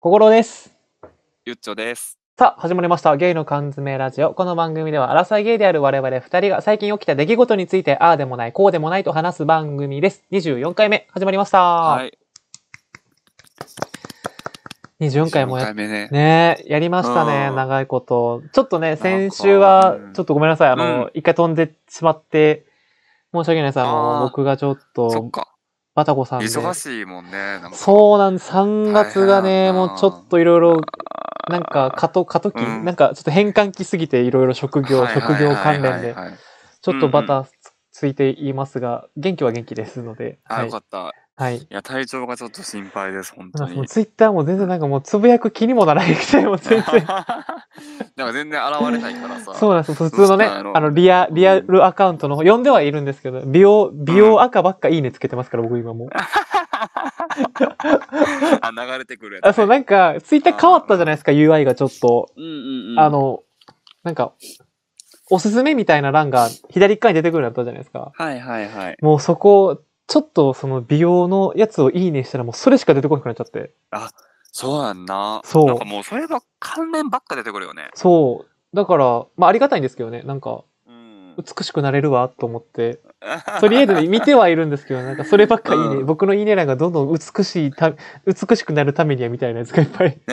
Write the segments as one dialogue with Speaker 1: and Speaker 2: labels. Speaker 1: 小五郎です。
Speaker 2: ゆっちょです。
Speaker 1: さあ、始まりました。ゲイの缶詰ラジオ。この番組では、アラサーゲイである我々二人が最近起きた出来事について、ああでもない、こうでもないと話す番組です。24回目、始まりました。
Speaker 2: はい。
Speaker 1: 24回も
Speaker 2: 四
Speaker 1: やっ
Speaker 2: 回目ね。
Speaker 1: ねえ、やりましたね、
Speaker 2: うん
Speaker 1: 長いこと。ちょっとね、
Speaker 2: か
Speaker 1: 先週は
Speaker 2: う、ん
Speaker 1: ちょっとごめんなさい、あの、
Speaker 2: うん
Speaker 1: 一回飛んでしまって、申し訳ないです。あの、
Speaker 2: あー
Speaker 1: 僕がちょっ
Speaker 2: そっ
Speaker 1: と、
Speaker 2: か。
Speaker 1: バタコさんで。
Speaker 2: 忙しいもんね。なんか
Speaker 1: そうなんです。3月がね、
Speaker 2: 大変やな
Speaker 1: もうちょっといろいろ、なんか、過渡、過渡期、
Speaker 2: うん
Speaker 1: なんか、ちょっと変換期すぎて、いろいろ職業、
Speaker 2: はい
Speaker 1: 職
Speaker 2: はい
Speaker 1: 業
Speaker 2: はい
Speaker 1: 関
Speaker 2: は
Speaker 1: 連
Speaker 2: い
Speaker 1: で、
Speaker 2: はいはい
Speaker 1: ちょっとバタつついていますが、元気は元気ですので、
Speaker 2: あ、
Speaker 1: は
Speaker 2: よ
Speaker 1: い
Speaker 2: か。った。い
Speaker 1: はい。
Speaker 2: や、体調がちょっと心配です、本
Speaker 1: な
Speaker 2: 当
Speaker 1: んかもう
Speaker 2: に。
Speaker 1: ツイッターも全然なんかもうつぶやく気にもならへんくて、もう 全然。
Speaker 2: なんか全然現れないからさ。
Speaker 1: そうなんですよ普通のね、
Speaker 2: どうしたんやろ
Speaker 1: あの、リア、リアルアカウントの方、読んではいるんですけど、美容、美容赤ばっかいいねつけてますから、僕今もう。
Speaker 2: あ、流れてくるやつね。
Speaker 1: あ、そう、なんか、ツイッター変わったじゃないですか、UI がちょっと。
Speaker 2: うんうんうん。
Speaker 1: あ、の、なんか、おすすめみたいな欄が左側に出てくるようになったじゃないですか。
Speaker 2: はいはいはい。
Speaker 1: もうそこ、ちょっとその美容のやつをいいねしたらもうそれしか出てこなくなっちゃって。
Speaker 2: そうやんな。
Speaker 1: そう
Speaker 2: なんかもうそればっ関連ばっか出てくるよね。
Speaker 1: そう。だから、まあありがたいんですけどね。なんか、
Speaker 2: うん。
Speaker 1: 美しくなれるわと思って、とりあえ ず見てはいるんですけど、なんかそればっかいいね。
Speaker 2: うん
Speaker 1: 僕のいいね欄がどんどん美しいた、美しくなるためにはみたいなやつがいっぱい。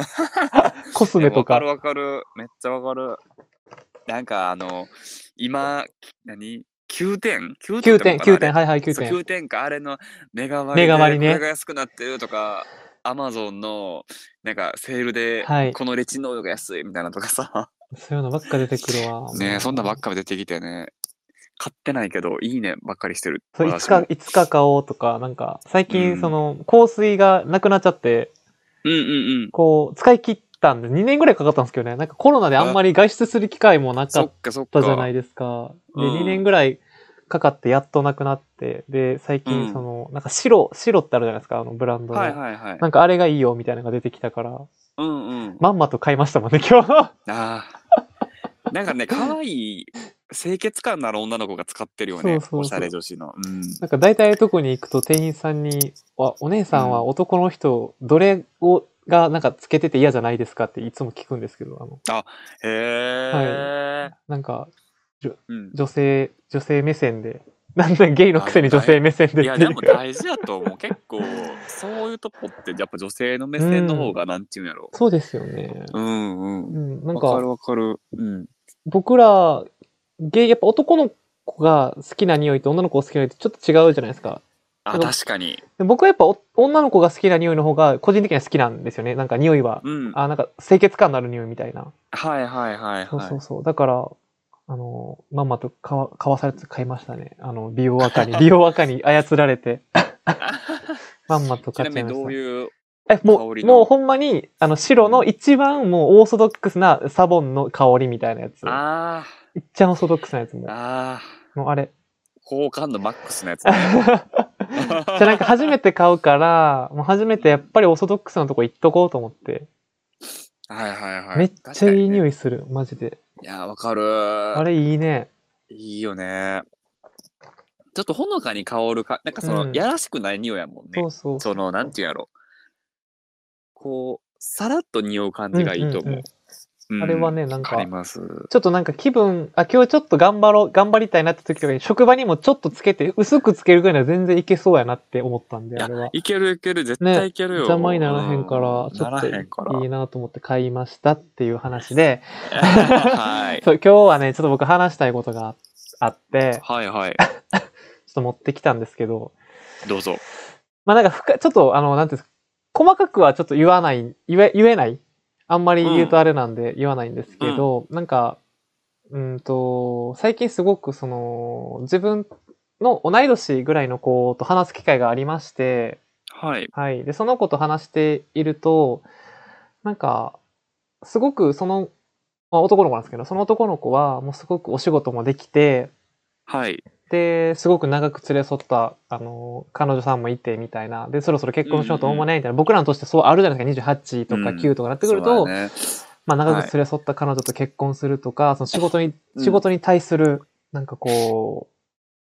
Speaker 1: コスメと
Speaker 2: わかる
Speaker 1: か。
Speaker 2: わかる。めっちゃわかる。なんかあの、今、何 ?9 点 ?9
Speaker 1: 9点、9点、
Speaker 2: 点
Speaker 1: はいはい、9
Speaker 2: そう
Speaker 1: 点。
Speaker 2: 9点か、あれのメガ
Speaker 1: メガ
Speaker 2: 割
Speaker 1: 割
Speaker 2: り
Speaker 1: ね
Speaker 2: でこれが安くなってるとか、アマゾンのなんかセールで
Speaker 1: はい
Speaker 2: このレチノールが安いみたいなとかさ。
Speaker 1: そういうのばっか出てくるわ。
Speaker 2: ねえそんなばっ
Speaker 1: か。
Speaker 2: か出てきてね。買ってないけど、いいねばっかりしてる。
Speaker 1: そう、い
Speaker 2: 私
Speaker 1: つか
Speaker 2: も、
Speaker 1: いつか買おうとか、なんか、最
Speaker 2: う
Speaker 1: 近、
Speaker 2: ん
Speaker 1: その、香水がなくなっちゃって、
Speaker 2: うんうんうん。
Speaker 1: こう、使い切ったんで、2年ぐらいかかったんですけどね、なんかコロナであんまり外出する機会もなか
Speaker 2: そ
Speaker 1: っ
Speaker 2: っかそったか。
Speaker 1: じゃないですか。で、
Speaker 2: うん
Speaker 1: 2年ぐらいかかって、やっとなくなって、で、最
Speaker 2: う
Speaker 1: 近、
Speaker 2: ん
Speaker 1: その、なんか白、白ってあるじゃないですか、あの、ブランドの。
Speaker 2: はいはいはい。
Speaker 1: なんかあれがいいよみたいなのが出てきたから、
Speaker 2: うんうん。
Speaker 1: まんまと買いましたもんね、 今日。
Speaker 2: ああ。なんかね、可愛い清潔感のある女の子が使ってるよね。
Speaker 1: そうそうそう
Speaker 2: おしゃれ女子の。うん。
Speaker 1: なんか大体とこに行くと店員さんに、あお姉さんは男の人、どれを、がなんかつけてて嫌じゃないですかっていつも聞くんですけど、あの、
Speaker 2: へえ。
Speaker 1: なんか
Speaker 2: うん。
Speaker 1: 女性、女性目線で、 なんだゲイのくせに女性目線で
Speaker 2: い
Speaker 1: っ
Speaker 2: や
Speaker 1: てい
Speaker 2: で
Speaker 1: う
Speaker 2: も大事やと思う結構そういうとこってやっぱ女性の目線の方がなんていうんやろ、
Speaker 1: そうですよね。
Speaker 2: うん、うんう
Speaker 1: うんん、なん
Speaker 2: わか
Speaker 1: か
Speaker 2: るわかるうん
Speaker 1: 僕ら、ゲイ、やっぱ男の子が好きな匂いと女の子が好きな匂いってちょっと違うじゃないですか。
Speaker 2: あ確かに
Speaker 1: で僕はやっぱお女の子が好きな匂いの方が個人的には好きなんですよね。なんか匂いは。
Speaker 2: うん
Speaker 1: あ、なんか清潔感のある匂いみたいな。
Speaker 2: はいはいはいはい
Speaker 1: そうそうそう。だから、あの、ママと買わ買わされて買いましたね。あの、美容赤に、美容赤に操られ て、まんまと
Speaker 2: ち
Speaker 1: 買
Speaker 2: な
Speaker 1: っちゃ
Speaker 2: み
Speaker 1: いま
Speaker 2: に
Speaker 1: し
Speaker 2: ど
Speaker 1: た
Speaker 2: う。いう
Speaker 1: え、も
Speaker 2: 香
Speaker 1: う、
Speaker 2: りの
Speaker 1: もうほんまに、あの、白の一番もうオーソドックスなサボンの香りみたいなやつ。
Speaker 2: あ
Speaker 1: いっちゃんオーソドックスなやつも
Speaker 2: ー。あ
Speaker 1: もうあれ。
Speaker 2: ー好感度マックス のやつ、
Speaker 1: じ
Speaker 2: ね、
Speaker 1: ゃあなんか初めて買うから、もう初めてやっぱりオーソドックスなとこ行っとこうと思って。
Speaker 2: はいはいはい
Speaker 1: めっちゃいい匂
Speaker 2: い
Speaker 1: いする、マジで。
Speaker 2: いやわかる
Speaker 1: あれいいね。
Speaker 2: いいよねちょっとほのかに香るかなんかその、
Speaker 1: うん
Speaker 2: やらしくない匂いやもんね
Speaker 1: そうそう。
Speaker 2: その、なんていうんやろ。こう、さらっと匂う感じがいいと思う。
Speaker 1: うんうん
Speaker 2: うん
Speaker 1: あれはねなんか
Speaker 2: わかります。
Speaker 1: ちょっとなんか気分、あ、今日ちょっと頑張ろう、頑張りたいなって時とかに、職場にもちょっとつけて、薄くつけるぐらいなら全然いけそうやなって思ったん
Speaker 2: い
Speaker 1: で、あ
Speaker 2: や
Speaker 1: れは、。
Speaker 2: いけるいける、絶
Speaker 1: ね
Speaker 2: 対いけるよ。
Speaker 1: 邪魔にならへんから
Speaker 2: う、ん
Speaker 1: ちょ
Speaker 2: な
Speaker 1: っ
Speaker 2: らへんか
Speaker 1: と
Speaker 2: ら
Speaker 1: いい。なと思って買いましたっていう話で、
Speaker 2: はい。
Speaker 1: そう今日はね、ちょっと僕話したいことがあって、
Speaker 2: はいはい。
Speaker 1: ちょっと持ってきたんですけど、
Speaker 2: どうぞ。
Speaker 1: まあなんか深い、ちょっとあの、なんていうんですか、細かくはちょっと言わない、言え、言えないあんまり言うとあれなんで言わないんですけど、なんか、うんと、最近すごくその、自分の同い年ぐらいの子と話す機会がありまして、
Speaker 2: はい。
Speaker 1: はい。で、その子と話していると、なんか、すごくその、まあ、男の子なんですけど、その男の子はもうすごくお仕事もできて、
Speaker 2: はい。
Speaker 1: で、すごく長く連れ添った、あの、彼女さんもいて、みたいな。で、そろそろ結婚しようと思わないみたいな。僕らの年ってそうあるじゃないですか。28とか
Speaker 2: うん
Speaker 1: 9とかなってくる
Speaker 2: そ
Speaker 1: と、
Speaker 2: うだね
Speaker 1: まあ長く連れ添った彼女と結婚するとか、その仕事に、
Speaker 2: うん
Speaker 1: 仕事に対する、なんかこ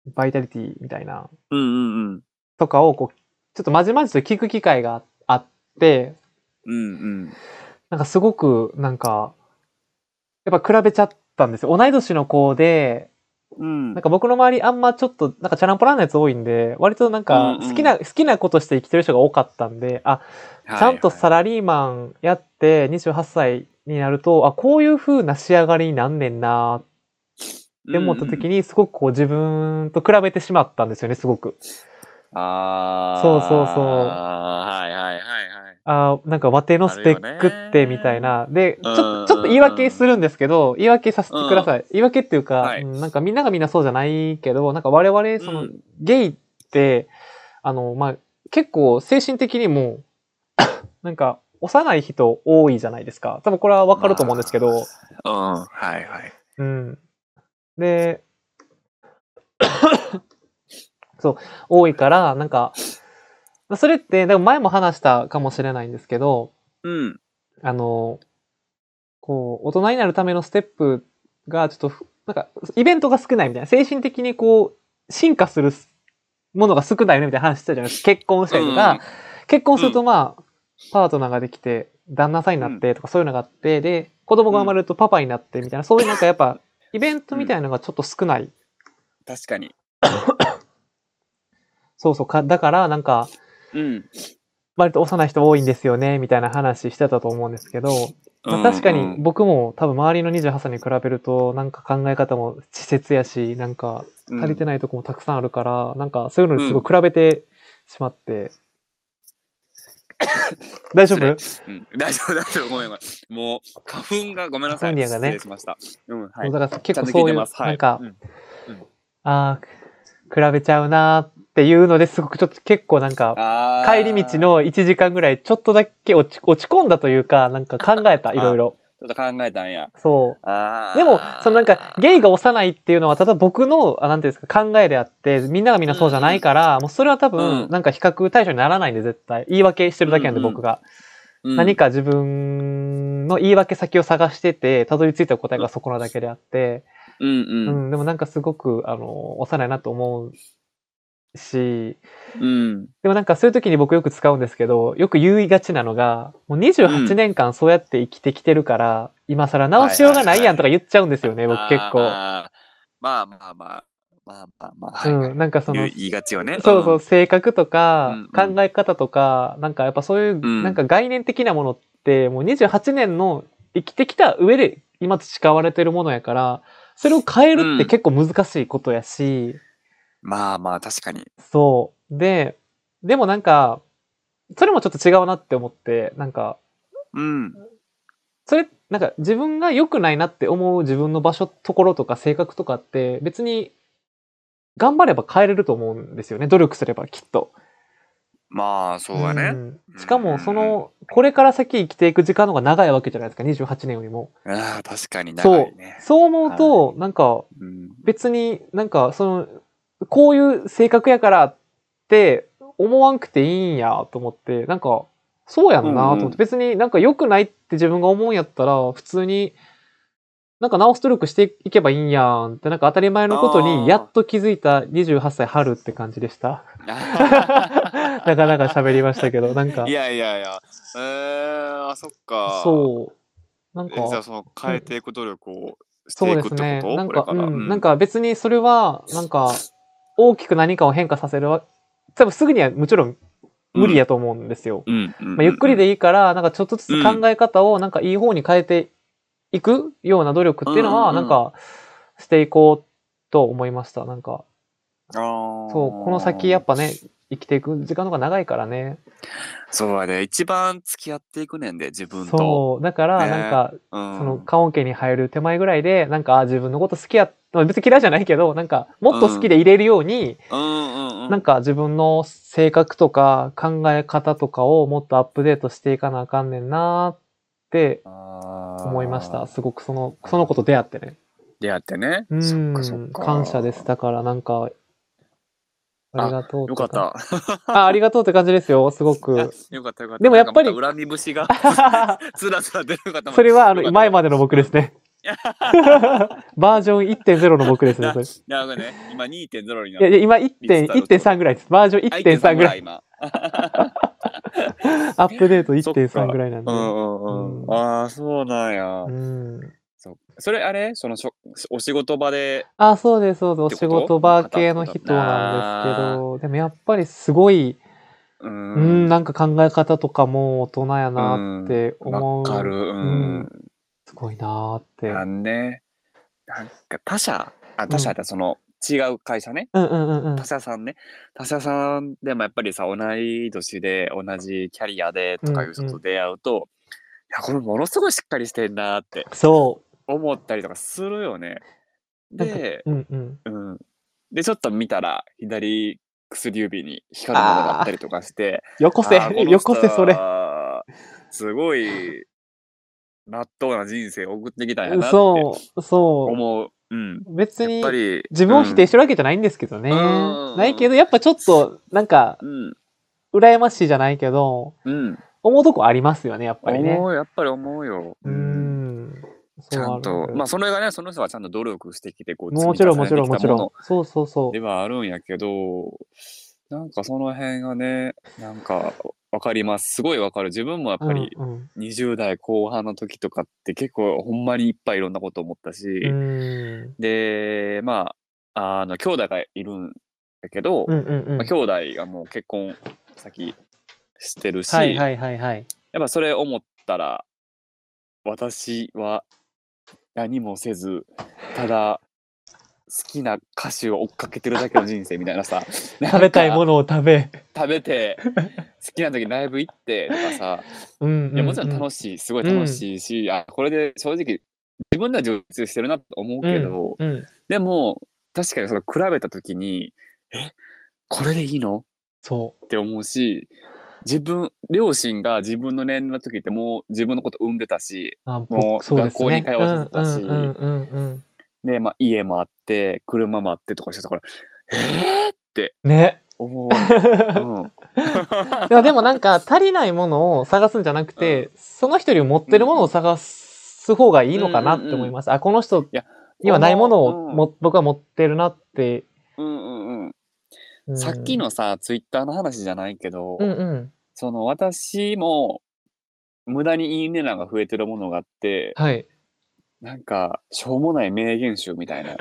Speaker 1: う、バイタリティみたいな、
Speaker 2: うんうんうん。
Speaker 1: とかをこう、ちょっとまじまじと聞く機会があって、
Speaker 2: うんうん。
Speaker 1: なんかすごく、なんか、やっぱ比べちゃったんですよ。同い年の子で、
Speaker 2: うん。
Speaker 1: なんか僕の周りあんまちょっと、なんかチャランポランなやつ多いんで、割となんか
Speaker 2: うんうん
Speaker 1: 好きな、好きなことして生きてる人が多かったんで、あ、
Speaker 2: はい
Speaker 1: ちゃんとサ
Speaker 2: はい
Speaker 1: ラリーマンやって28歳になると、あ、こういう風な仕上がりになんねんなって思った
Speaker 2: うんう
Speaker 1: 時
Speaker 2: ん
Speaker 1: に、すごくこう自分と比べてしまったんですよね、すごく。
Speaker 2: ああ。
Speaker 1: そうそうそう
Speaker 2: はいはいはいはい。
Speaker 1: あーなんかワテのスペックってみたいな。で、ちょっ
Speaker 2: う
Speaker 1: と、
Speaker 2: ん
Speaker 1: ちょっと言い訳するんですけど、言い訳させてください。言い訳っていうか、
Speaker 2: はい
Speaker 1: うんなんかみんながみんなそうじゃないけど、なんか我々、その、
Speaker 2: うん
Speaker 1: ゲイって、あの、まあ、結構精神的にも、 なんか、幼い人多いじゃないですか。多分これはわかると思うんですけど、
Speaker 2: うん。はいはい。
Speaker 1: うん。で、 そう、多いから、なんか、まあそれって、でも前も話したかもしれないんですけど、
Speaker 2: うん。
Speaker 1: あの、こう、大人になるためのステップが、ちょっとふ、なんか、イベントが少ないみたいな、精神的にこう、進化するものが少ないよねみたいな話してたじゃないですか。結婚したりとか、
Speaker 2: うん
Speaker 1: 結婚するとまあ、パートナーができて、旦那さんになってとかそういうのがあって、で、子供が生まれるとパパになってみたいな、そういうなんかやっぱ、イベントみたいなのがちょっと少ない。
Speaker 2: 確かに。
Speaker 1: そうそうか。だから、なんか、
Speaker 2: うん。
Speaker 1: 割と幼い人多いんですよね、みたいな話してたと思うんですけど、まあ、確か
Speaker 2: うんう
Speaker 1: に
Speaker 2: ん
Speaker 1: 僕も多分周りの28歳に比べるとなんか考え方も稚拙やしなんか足りてないとこもたくさんあるから、なんかそういうのにすごい比べてしまって、 大丈夫小
Speaker 2: うん大丈夫、大丈夫、ごめん、ごめん。もう、花粉が、ごめんなさい。
Speaker 1: 花粉がね
Speaker 2: 失礼しました。うん、はい。
Speaker 1: 野坂さん
Speaker 2: ち
Speaker 1: 結
Speaker 2: ゃん
Speaker 1: 構
Speaker 2: と聞
Speaker 1: そい
Speaker 2: いうて
Speaker 1: う、
Speaker 2: ます。はい。
Speaker 1: なんか、
Speaker 2: うん
Speaker 1: ああ比べちゃうなーっていうのですごくちょっと結構なんか
Speaker 2: あー
Speaker 1: 帰り道の1時間ぐらいちょっとだけ落ち落ち込んだというかなんか考えたいろいろ
Speaker 2: ちょっと考えたんや。
Speaker 1: そう
Speaker 2: あー
Speaker 1: でも、そのなんか、ゲイが幼いっていうのは、ただ僕の、あなんていうんですか、考えであって、みんながみんなそうじゃないから、もうそれは多
Speaker 2: う
Speaker 1: 分、
Speaker 2: ん
Speaker 1: なんか比較対象にならないんで、絶対。言い訳してるだけなんで、
Speaker 2: うんうん
Speaker 1: 僕が。
Speaker 2: うん
Speaker 1: 何、か自分の言い訳先を探してて、たどり着いた答えがそこなだけであって、
Speaker 2: うん
Speaker 1: う
Speaker 2: うん。
Speaker 1: ん、でもなんかすごく、あの、幼いなと思うし、
Speaker 2: うん。
Speaker 1: でもなんかそういう時に僕よく使うんですけど、よく言いがちなのが、もう28年間そうやって生きてきてるから、今更直しようがないやんとか言っちゃうんですよね、僕結構。
Speaker 2: あー。まあまあまあ。まあまあまあ。はいは
Speaker 1: う
Speaker 2: い
Speaker 1: ん、なんかその
Speaker 2: 言う、言いがちよね。
Speaker 1: そうそう、性格とか
Speaker 2: う、んうん
Speaker 1: 考え方とか、なんかやっぱそういう、
Speaker 2: ん
Speaker 1: なんか概念的なものって、もう28年の生きてきた上で今培われてるものやから、それを変えるって結構難しいことやし、
Speaker 2: うん。まあまあ、確かに。
Speaker 1: そう。で、でもなんか、それもちょっと違うなって思って、なんか、
Speaker 2: うん。
Speaker 1: それ、なんか自分が良くないなって思う自分の場所、ところとか性格とかって、別に、頑張れば変えれると思うんですよね。努力すれば、きっと。
Speaker 2: まあ、そうやね。
Speaker 1: ん
Speaker 2: うん
Speaker 1: しかも、その、これから先生きていく時間の方が長いわけじゃないですか、28年よりも。
Speaker 2: ああ、確かに長
Speaker 1: そう
Speaker 2: いね。。
Speaker 1: そう思うと、なんか、
Speaker 2: うん。
Speaker 1: 別になんか、その、こういう性格やからって思わんくていいんやと思って、なんか、そうやんなと思
Speaker 2: う
Speaker 1: っ
Speaker 2: んう
Speaker 1: て、別になんか良くないって自分が思うんやったら、普通に、なんか直す努力していけばいいんやんって、なんか当たり前のこと
Speaker 2: あー
Speaker 1: に、やっと気づいた28歳春って感じでした。 なかなか喋りましたけど、なんか
Speaker 2: い。やいやいや。えー、あ、そっか。
Speaker 1: そう。なん
Speaker 2: えじゃあ
Speaker 1: か、
Speaker 2: その変えていく努力をして
Speaker 1: そ
Speaker 2: いうく
Speaker 1: で
Speaker 2: ってこ
Speaker 1: すね。
Speaker 2: と、
Speaker 1: なんか、
Speaker 2: こ
Speaker 1: う
Speaker 2: れから、
Speaker 1: ん、なんか別にそれは、なんか、大きく何かを変化させるわ、多分すぐにはもちろん無理やと思うんですよ。
Speaker 2: うん、うん
Speaker 1: まあ、ゆっくり
Speaker 2: いい
Speaker 1: でいいから、なんかちょっとずつ考え方を、なんかいい方に変えていくような努力っていうの
Speaker 2: う
Speaker 1: は、
Speaker 2: んうんう
Speaker 1: なんんか、していこうと思いました。なんか、
Speaker 2: そう
Speaker 1: そう、この先やっぱね、生きていく時間の方が長いからね。
Speaker 2: そうやで一番付き合っていくねんで自分と
Speaker 1: そう、だから、
Speaker 2: ね
Speaker 1: なんか、
Speaker 2: う、ん、
Speaker 1: その、棺桶に入る手前ぐらいで、なんか、あ自分のこと好きや、まあ別に嫌いじゃないけど、なんか、もっと好きでいれるように、
Speaker 2: うんうんうん
Speaker 1: なんか自分の性格とか考え方とかをもっとアップデートしていかなあかんねんなーって
Speaker 2: 思
Speaker 1: 思いました。すごくその、そのこと出会ってね。
Speaker 2: 出会ってね
Speaker 1: う
Speaker 2: そっ
Speaker 1: ん
Speaker 2: かそっ、か
Speaker 1: 感謝です。だから、なんか、ありがとう
Speaker 2: よかっ
Speaker 1: 感
Speaker 2: た
Speaker 1: じ。あ、ありがとうって感じですよ、すご
Speaker 2: よ
Speaker 1: く。
Speaker 2: か ったよかった
Speaker 1: でもやっぱり
Speaker 2: なんかまた恨み節がつらつら出るかと思った
Speaker 1: それは、あ
Speaker 2: よか
Speaker 1: の、
Speaker 2: った
Speaker 1: 前までの僕です ね。バージョン1.0の僕ですね、それ。
Speaker 2: なるほどね今2.0にな
Speaker 1: や
Speaker 2: いる
Speaker 1: いや、今1.1.3ぐらいです。バージョン
Speaker 2: あ
Speaker 1: 1.3ぐらい。
Speaker 2: 今
Speaker 1: アップデート
Speaker 2: そっ
Speaker 1: 1.3
Speaker 2: か
Speaker 1: ぐらいなん
Speaker 2: う
Speaker 1: で。
Speaker 2: んうんう。
Speaker 1: うんん
Speaker 2: ああ、そうなんや。
Speaker 1: うん。
Speaker 2: そそれあれそのしょお仕事場で。
Speaker 1: あ、そうです、そうです。お
Speaker 2: ってこ
Speaker 1: 仕
Speaker 2: と
Speaker 1: 事場系の人なんですけど、でもやっぱりすごい、
Speaker 2: う
Speaker 1: うんん、なんか考え方とかも大人やなって思う。
Speaker 2: わかる。う
Speaker 1: うんん。すごいなーって。
Speaker 2: な
Speaker 1: うん
Speaker 2: ね。なんか他社、あ、他社だ、その違う会社ね。
Speaker 1: んうんうんうん
Speaker 2: 他。社さんね。他社さんでもやっぱりさ、同い年で、同じキャリアでとかいう人
Speaker 1: うんう
Speaker 2: と出会うと、いや、これものすごいしっかりしてんなーって
Speaker 1: そ
Speaker 2: 思ったりとかするよね。
Speaker 1: なんか
Speaker 2: で、
Speaker 1: う。うんうん。
Speaker 2: うん。で、ちょっと見たら、左薬指に光るものがあったりとかして、
Speaker 1: よこせ
Speaker 2: あーこの人
Speaker 1: よこせ、それ。
Speaker 2: はすごい、納豆な人生を送ってきたんやなって思。
Speaker 1: そう、そう
Speaker 2: うん。
Speaker 1: う。別
Speaker 2: やっ
Speaker 1: に
Speaker 2: ぱ、り、
Speaker 1: 自分を否定してるわけじゃないんですけどね。
Speaker 2: うん
Speaker 1: ないけど、やっぱちょっと、なんか、
Speaker 2: うん。
Speaker 1: 羨ましいじゃないけど、
Speaker 2: うん。
Speaker 1: 思うとこありますよね、やっぱりね
Speaker 2: 思。う、やっぱり思うよ。
Speaker 1: う。ん。
Speaker 2: ちゃ
Speaker 1: そうん
Speaker 2: と、まあ、それがね、その人はちゃんと努力してきて、こう、
Speaker 1: もちろん、も
Speaker 2: 積
Speaker 1: ちろ
Speaker 2: み重
Speaker 1: ん、
Speaker 2: ね
Speaker 1: も
Speaker 2: てき
Speaker 1: ち
Speaker 2: た
Speaker 1: ろ
Speaker 2: もの
Speaker 1: ん。そうそうそ
Speaker 2: で
Speaker 1: う。
Speaker 2: はあるんやけど、なんかその辺がね、なんか、わかります。すごいわかる。自分もやっぱり、
Speaker 1: うんうん
Speaker 2: 20代後半の時とかって結構、ほんまにいっぱいいろんなこと思ったし、
Speaker 1: うん
Speaker 2: で、まあ、あの、兄弟がいるんだけど、
Speaker 1: うんうんうん
Speaker 2: まあ、兄弟がもう結婚先してるし、
Speaker 1: はいはいはいはい。
Speaker 2: やっぱそれ思ったら、私は何もせず、ただ、好きな歌手を追っかけてるだけの人生みたい なさ
Speaker 1: 食べたいも
Speaker 2: の
Speaker 1: のを食べ。
Speaker 2: 食べて好きな時ライブ行ってと かさ
Speaker 1: うんうん
Speaker 2: いやもちろん楽
Speaker 1: しい
Speaker 2: しいすごい楽しいし、あこれで正直自分では充実してるなと思うけど、
Speaker 1: うんうん
Speaker 2: でも確かにそれ比べた時にえこれでいいの
Speaker 1: そ
Speaker 2: って思うし自分両親が自分の年齢の時ってもう自分のこと産んでたし
Speaker 1: う。あ僕
Speaker 2: もう
Speaker 1: そうですね
Speaker 2: 学校に通わせてたし
Speaker 1: うんうんうんうん
Speaker 2: で、まあ、家もあって車もあってとかして たからえー、って
Speaker 1: うんね。
Speaker 2: 思
Speaker 1: い
Speaker 2: う、
Speaker 1: やでもなんか足りないものを探すんじゃなくて、その人よりも持ってるものを探す方がいいのかなって思います。あ、この人にはないものをも、僕は持ってるなって。
Speaker 2: うん、うんうんうん
Speaker 1: うん
Speaker 2: さっき。のさツイッターの話じゃないけど、
Speaker 1: うんうん。
Speaker 2: その私も無駄にいいねなんか増えてるものがあって
Speaker 1: はい。
Speaker 2: なんかしょうもない名言集みたいな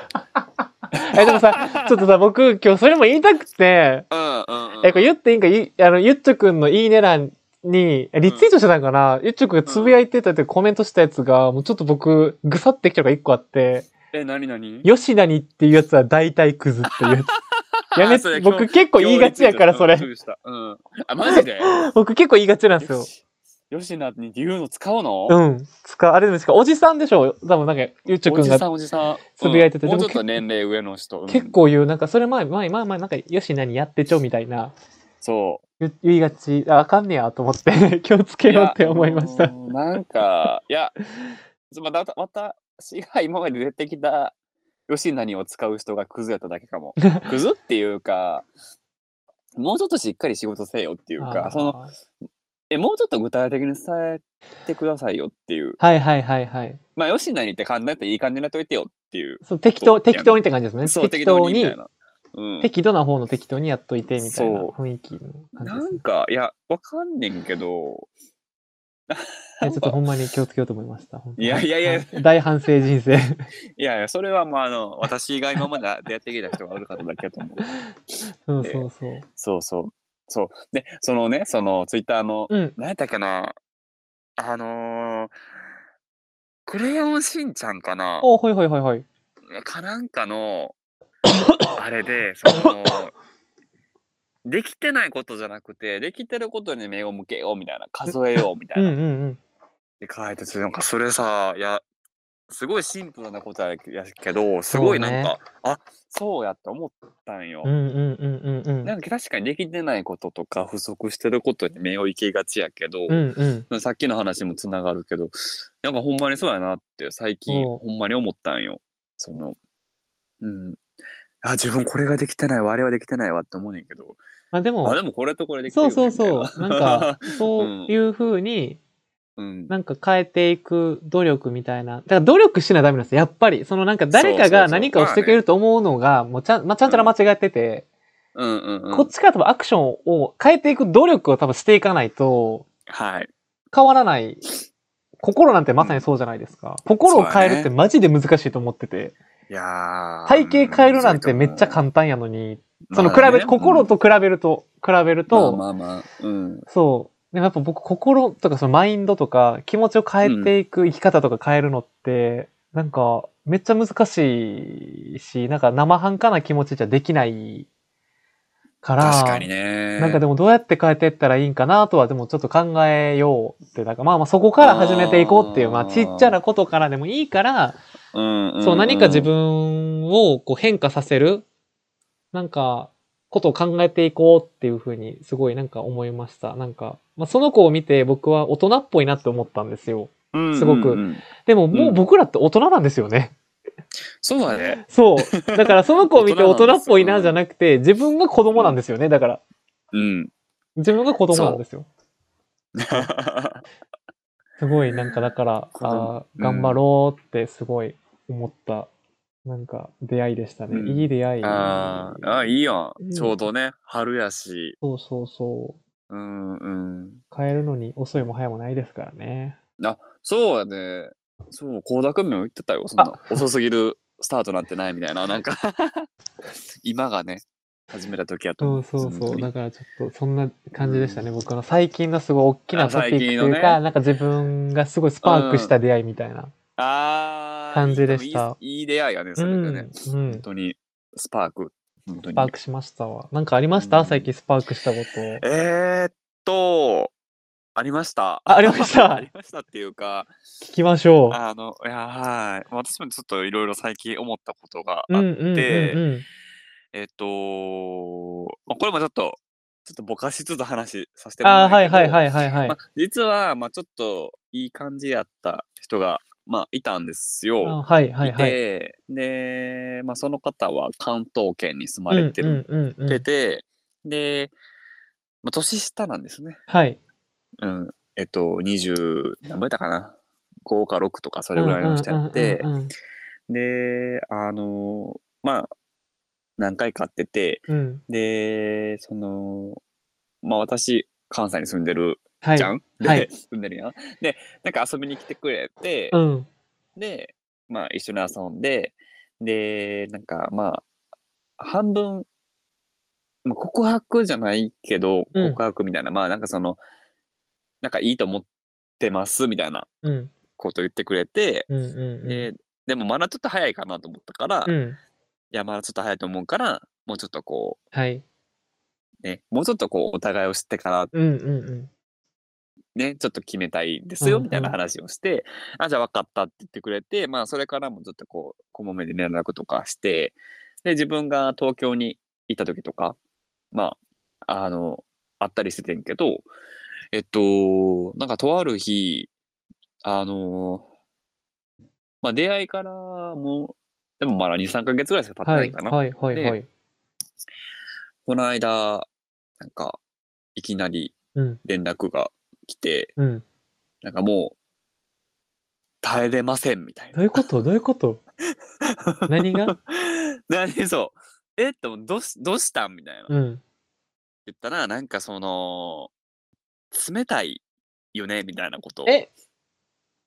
Speaker 1: え、でも さ、ちょっとさ、僕今日それも言いたくて、え、これ言っていいんか、ゆあのゆっちょくんのいいね欄に、えリツイートしてたんかな、ゆっちょくんがつぶやいてたってコメントしたやつが、もうちょっと僕、ぐさってきたのが一個あって、
Speaker 2: え、なになに
Speaker 1: 吉谷っていうやつは大体クズっていうや つ。やめ
Speaker 2: そ
Speaker 1: て、
Speaker 2: れ
Speaker 1: 僕結構言いがちやから、それ。
Speaker 2: うん。あ、マジで
Speaker 1: 僕結構言いがちなんですよ
Speaker 2: よ。しよしなに言うの使うの
Speaker 1: うん。使う、あれでもしか、おじさんでしょ多分なんか、ゆうちょくん
Speaker 2: おじさ
Speaker 1: が
Speaker 2: ん、おじさん。
Speaker 1: つぶやいてて
Speaker 2: うんもう
Speaker 1: で
Speaker 2: ち
Speaker 1: も
Speaker 2: ょっと年齢上の人。うん
Speaker 1: 結構言う、なんか、それ前、前、前、前、なんか、よし、何やってちょ、みたいな、
Speaker 2: そ
Speaker 1: 言言いがち、あ、あかんねや、と思って、 気をつ
Speaker 2: う。
Speaker 1: けようって思いまし
Speaker 2: い
Speaker 1: た
Speaker 2: や。。うんなんか、いや、また、また私が今まで出てきた、よしなにを使う人がクズやっただけか も。クズっていうか、もうちょっとしっかり仕事せよっていう
Speaker 1: あ
Speaker 2: か
Speaker 1: ー、
Speaker 2: その、え、もうちょっと具体的に伝えてくださいよっていう。
Speaker 1: はいはいはいはい。
Speaker 2: まあ、よしなにって簡単だったらいい感じになっといてよっていう。
Speaker 1: そう適
Speaker 2: そう
Speaker 1: 当、適当にって感じですね。
Speaker 2: そう、
Speaker 1: 適
Speaker 2: 適
Speaker 1: 当
Speaker 2: 当にみ
Speaker 1: に
Speaker 2: たい、な。うん、
Speaker 1: 適度な方の適当にやっといて、みたいな
Speaker 2: そう
Speaker 1: 雰囲気の感じ
Speaker 2: な
Speaker 1: ですね
Speaker 2: ん。か、いや、わかんねんけど、
Speaker 1: いやちょっとほんまに気をつけようと思いました。本当に
Speaker 2: いやいやいや
Speaker 1: は大反省人生。
Speaker 2: いやいや、それはもう、あの、私が今まで出会ってきた人がある方だけだと 思う。
Speaker 1: そうそうそう。
Speaker 2: そうそう。そう。で、そのね、その、ツイッターの、
Speaker 1: うん。
Speaker 2: 何やったっけな、あのークレヨンしんちゃんかな
Speaker 1: おほいほいほいほい。
Speaker 2: かなん かの、あれで、その、できてないことじゃなくて、できてることに目を向けようみたいな、数えようみた
Speaker 1: う
Speaker 2: い
Speaker 1: んう
Speaker 2: な。
Speaker 1: んうん。
Speaker 2: で書いててなんかそれさいやすごいシンプルなことやけどすごいなんか、あそうやって思ったんよ
Speaker 1: う、んうんうんうんうん。
Speaker 2: なんか確かにできてないこととか不足してることに目を行きがちやけど
Speaker 1: う、んうん。
Speaker 2: さっきの話もつながるけどなんかほんまにそうやなって最近
Speaker 1: おう
Speaker 2: ほんまに思ったんよそのうんあ自分これができてないわあれはできてないわって思うねんけど
Speaker 1: まあで
Speaker 2: あ
Speaker 1: も
Speaker 2: で、もこれとこれできてる
Speaker 1: そ
Speaker 2: よ
Speaker 1: う
Speaker 2: ね
Speaker 1: そうそ
Speaker 2: み
Speaker 1: う。
Speaker 2: た
Speaker 1: ないん か、そういうふうに、
Speaker 2: うん
Speaker 1: なんか変えていく努力みたいな。だから努力しないとダメなんですよ。やっぱり。そのなんか誰か
Speaker 2: そうそうそ
Speaker 1: が
Speaker 2: う
Speaker 1: 何かをしてくれると思うのが、もうちゃん、まあ、ちゃんちゃら間違ってて、
Speaker 2: うんうんうん。
Speaker 1: こっちから多分アクションを変えていく努力を多分していかないと、
Speaker 2: はい。
Speaker 1: 変わらない。心なんてまさにそうじゃないですか。心を変えるってマジで難しいと思ってて、
Speaker 2: いやー
Speaker 1: 体型変えるなんてめっちゃ簡単やのに、その比べ、心、と比べると、比べる
Speaker 2: まあね
Speaker 1: と、
Speaker 2: まあまあまあ、うん。
Speaker 1: そう。でもやっぱ僕、心とかそのマインドとか、気持ちを変えていく、生き方とか変えるのって、なんか、めっちゃ難しいし、なんか生半可な気持ちじゃできないから、
Speaker 2: 確かにね。
Speaker 1: なんかでもどうやって変えていったらいいんかなとはでもちょっと考えようって、なんかまあまあそこから始めていこうっていう、
Speaker 2: あー
Speaker 1: まあちっちゃなことからでもいいから、
Speaker 2: うんんん
Speaker 1: そう何か自分をこう変化させる、なんか、ことを考えていこうっていうふうにすごいなんか思いました。なんか、まあその子を見て僕は大人っぽいなって思ったんですよ。
Speaker 2: うんうんうん
Speaker 1: すごくでももう僕らって大人なんですよね。
Speaker 2: そうだね。
Speaker 1: そう。だからその子を見て大
Speaker 2: 大人なん
Speaker 1: 人
Speaker 2: で
Speaker 1: っ
Speaker 2: すよ
Speaker 1: ぽいなじゃなくて、自分が子供なんですよね。だから、
Speaker 2: うん。
Speaker 1: 自分が子供なんですよ。
Speaker 2: う
Speaker 1: すごい、なんかだから、
Speaker 2: 子供
Speaker 1: あ
Speaker 2: うん
Speaker 1: ー頑張ろうってすごい思った、なんか出会いでしたね。
Speaker 2: うん
Speaker 1: いい出会い。
Speaker 2: んあーあ、いいやん
Speaker 1: うん。
Speaker 2: ちょうどね、春やし。
Speaker 1: そうそうそう。
Speaker 2: うんうん。
Speaker 1: 変えるのに遅いも早もないですからね。
Speaker 2: そうやね。そう、倖田來未も言ってたよ。そんな遅すぎるスタートなんてないみたいな。なんか、 今がね、始めた時やと
Speaker 1: そ
Speaker 2: 思
Speaker 1: うそう
Speaker 2: 本
Speaker 1: そ
Speaker 2: 当
Speaker 1: う。
Speaker 2: に
Speaker 1: だからちょっとそんな感じでしたね。僕の最近のすごい大きな
Speaker 2: あ
Speaker 1: トピッ
Speaker 2: 最
Speaker 1: ク
Speaker 2: 近
Speaker 1: と
Speaker 2: の
Speaker 1: い
Speaker 2: ね
Speaker 1: うか、なんか自分がすごいスパークした出会いみたいな。
Speaker 2: ああ。
Speaker 1: 感じでした
Speaker 2: いいいい出会いやね、
Speaker 1: う
Speaker 2: それ
Speaker 1: ん。
Speaker 2: が
Speaker 1: う
Speaker 2: ね
Speaker 1: ん。。
Speaker 2: 本当に、スパーク。本
Speaker 1: ス
Speaker 2: 当に
Speaker 1: パー。クしましたわ。なんかありました、
Speaker 2: うん
Speaker 1: 最近スパークしたこと。
Speaker 2: えー、っと、ありました。
Speaker 1: あありました
Speaker 2: ありましたっていうか、
Speaker 1: 聞きましょう。
Speaker 2: あの、いや、はい。私もちょっといろいろ最近思ったことがあ
Speaker 1: うんうんうん
Speaker 2: で
Speaker 1: うん。
Speaker 2: えっと、まあ、これもちょっと、ちょっとぼかしつつ話させてもら
Speaker 1: あ
Speaker 2: う
Speaker 1: あ、
Speaker 2: んだ
Speaker 1: は
Speaker 2: け
Speaker 1: い
Speaker 2: ど
Speaker 1: はいはいはいはい
Speaker 2: まあ。、実は、まあ、ちょっといい感じやった人が、まあ、いたんです
Speaker 1: あ
Speaker 2: よ。
Speaker 1: はいはいはいい。
Speaker 2: て、で、まあ、その方は関東圏に住まれてる、
Speaker 1: うんうんうんう
Speaker 2: て
Speaker 1: ん、
Speaker 2: て、で、まあ、年下なんですね。
Speaker 1: はい。
Speaker 2: うん。えっと、20、何倍だかな。5か6とか、それぐらいの人やって、
Speaker 1: うんうん
Speaker 2: で、あの、まあ、何回か会ってて、
Speaker 1: うんうんうん
Speaker 2: で、その、まあ私、関西に住んでる
Speaker 1: はい。
Speaker 2: じゃん、で、
Speaker 1: はい
Speaker 2: 住んでるやん。で、なんか遊びに来てくれて、
Speaker 1: うん。
Speaker 2: で、まあ一緒に遊んで、で、なんかまあ、半分、まあ、告白じゃないけど、
Speaker 1: うん
Speaker 2: 告白みたいな、まあなんかその、なんかいいと思ってますみたいな
Speaker 1: うん。
Speaker 2: こと言ってくれて、
Speaker 1: うんうん。
Speaker 2: で、でもまだちょっと早いかなと思ったから、
Speaker 1: う
Speaker 2: い
Speaker 1: ん。
Speaker 2: や、まだちょっと早いと思うから、もうちょっとこ
Speaker 1: はい。
Speaker 2: う、ね、もうちょっとこう、お互いを知ってから
Speaker 1: うんうん
Speaker 2: ね、ちょっと決めたいです
Speaker 1: う
Speaker 2: よ
Speaker 1: ん
Speaker 2: みたいな
Speaker 1: うん
Speaker 2: 話をして、あ、じゃあ分かったって言ってくれて、まあそれからもずっとこう、こまめに連絡とかして、で、自分が東京に行った時とか、まあ、あの、あったりしててんけど、えっと、なんかとある日、あの、まあ出会いからもう、でもまだ2、3ヶ月ぐらいしか経
Speaker 1: う
Speaker 2: っ
Speaker 1: ん。
Speaker 2: てな
Speaker 1: はいい。
Speaker 2: かな。
Speaker 1: はいはいはい。
Speaker 2: この間、なんか、いきなり
Speaker 1: うん
Speaker 2: 連絡が来て、
Speaker 1: うん。
Speaker 2: なんかもう、耐えれませんみたい
Speaker 1: どういうことどういうこと
Speaker 2: な。
Speaker 1: 何が
Speaker 2: 何そう。えっと、どうし、どうしたんみたいな。
Speaker 1: うん。
Speaker 2: 言ったら、なんかその、冷たいよねみたいなことを
Speaker 1: え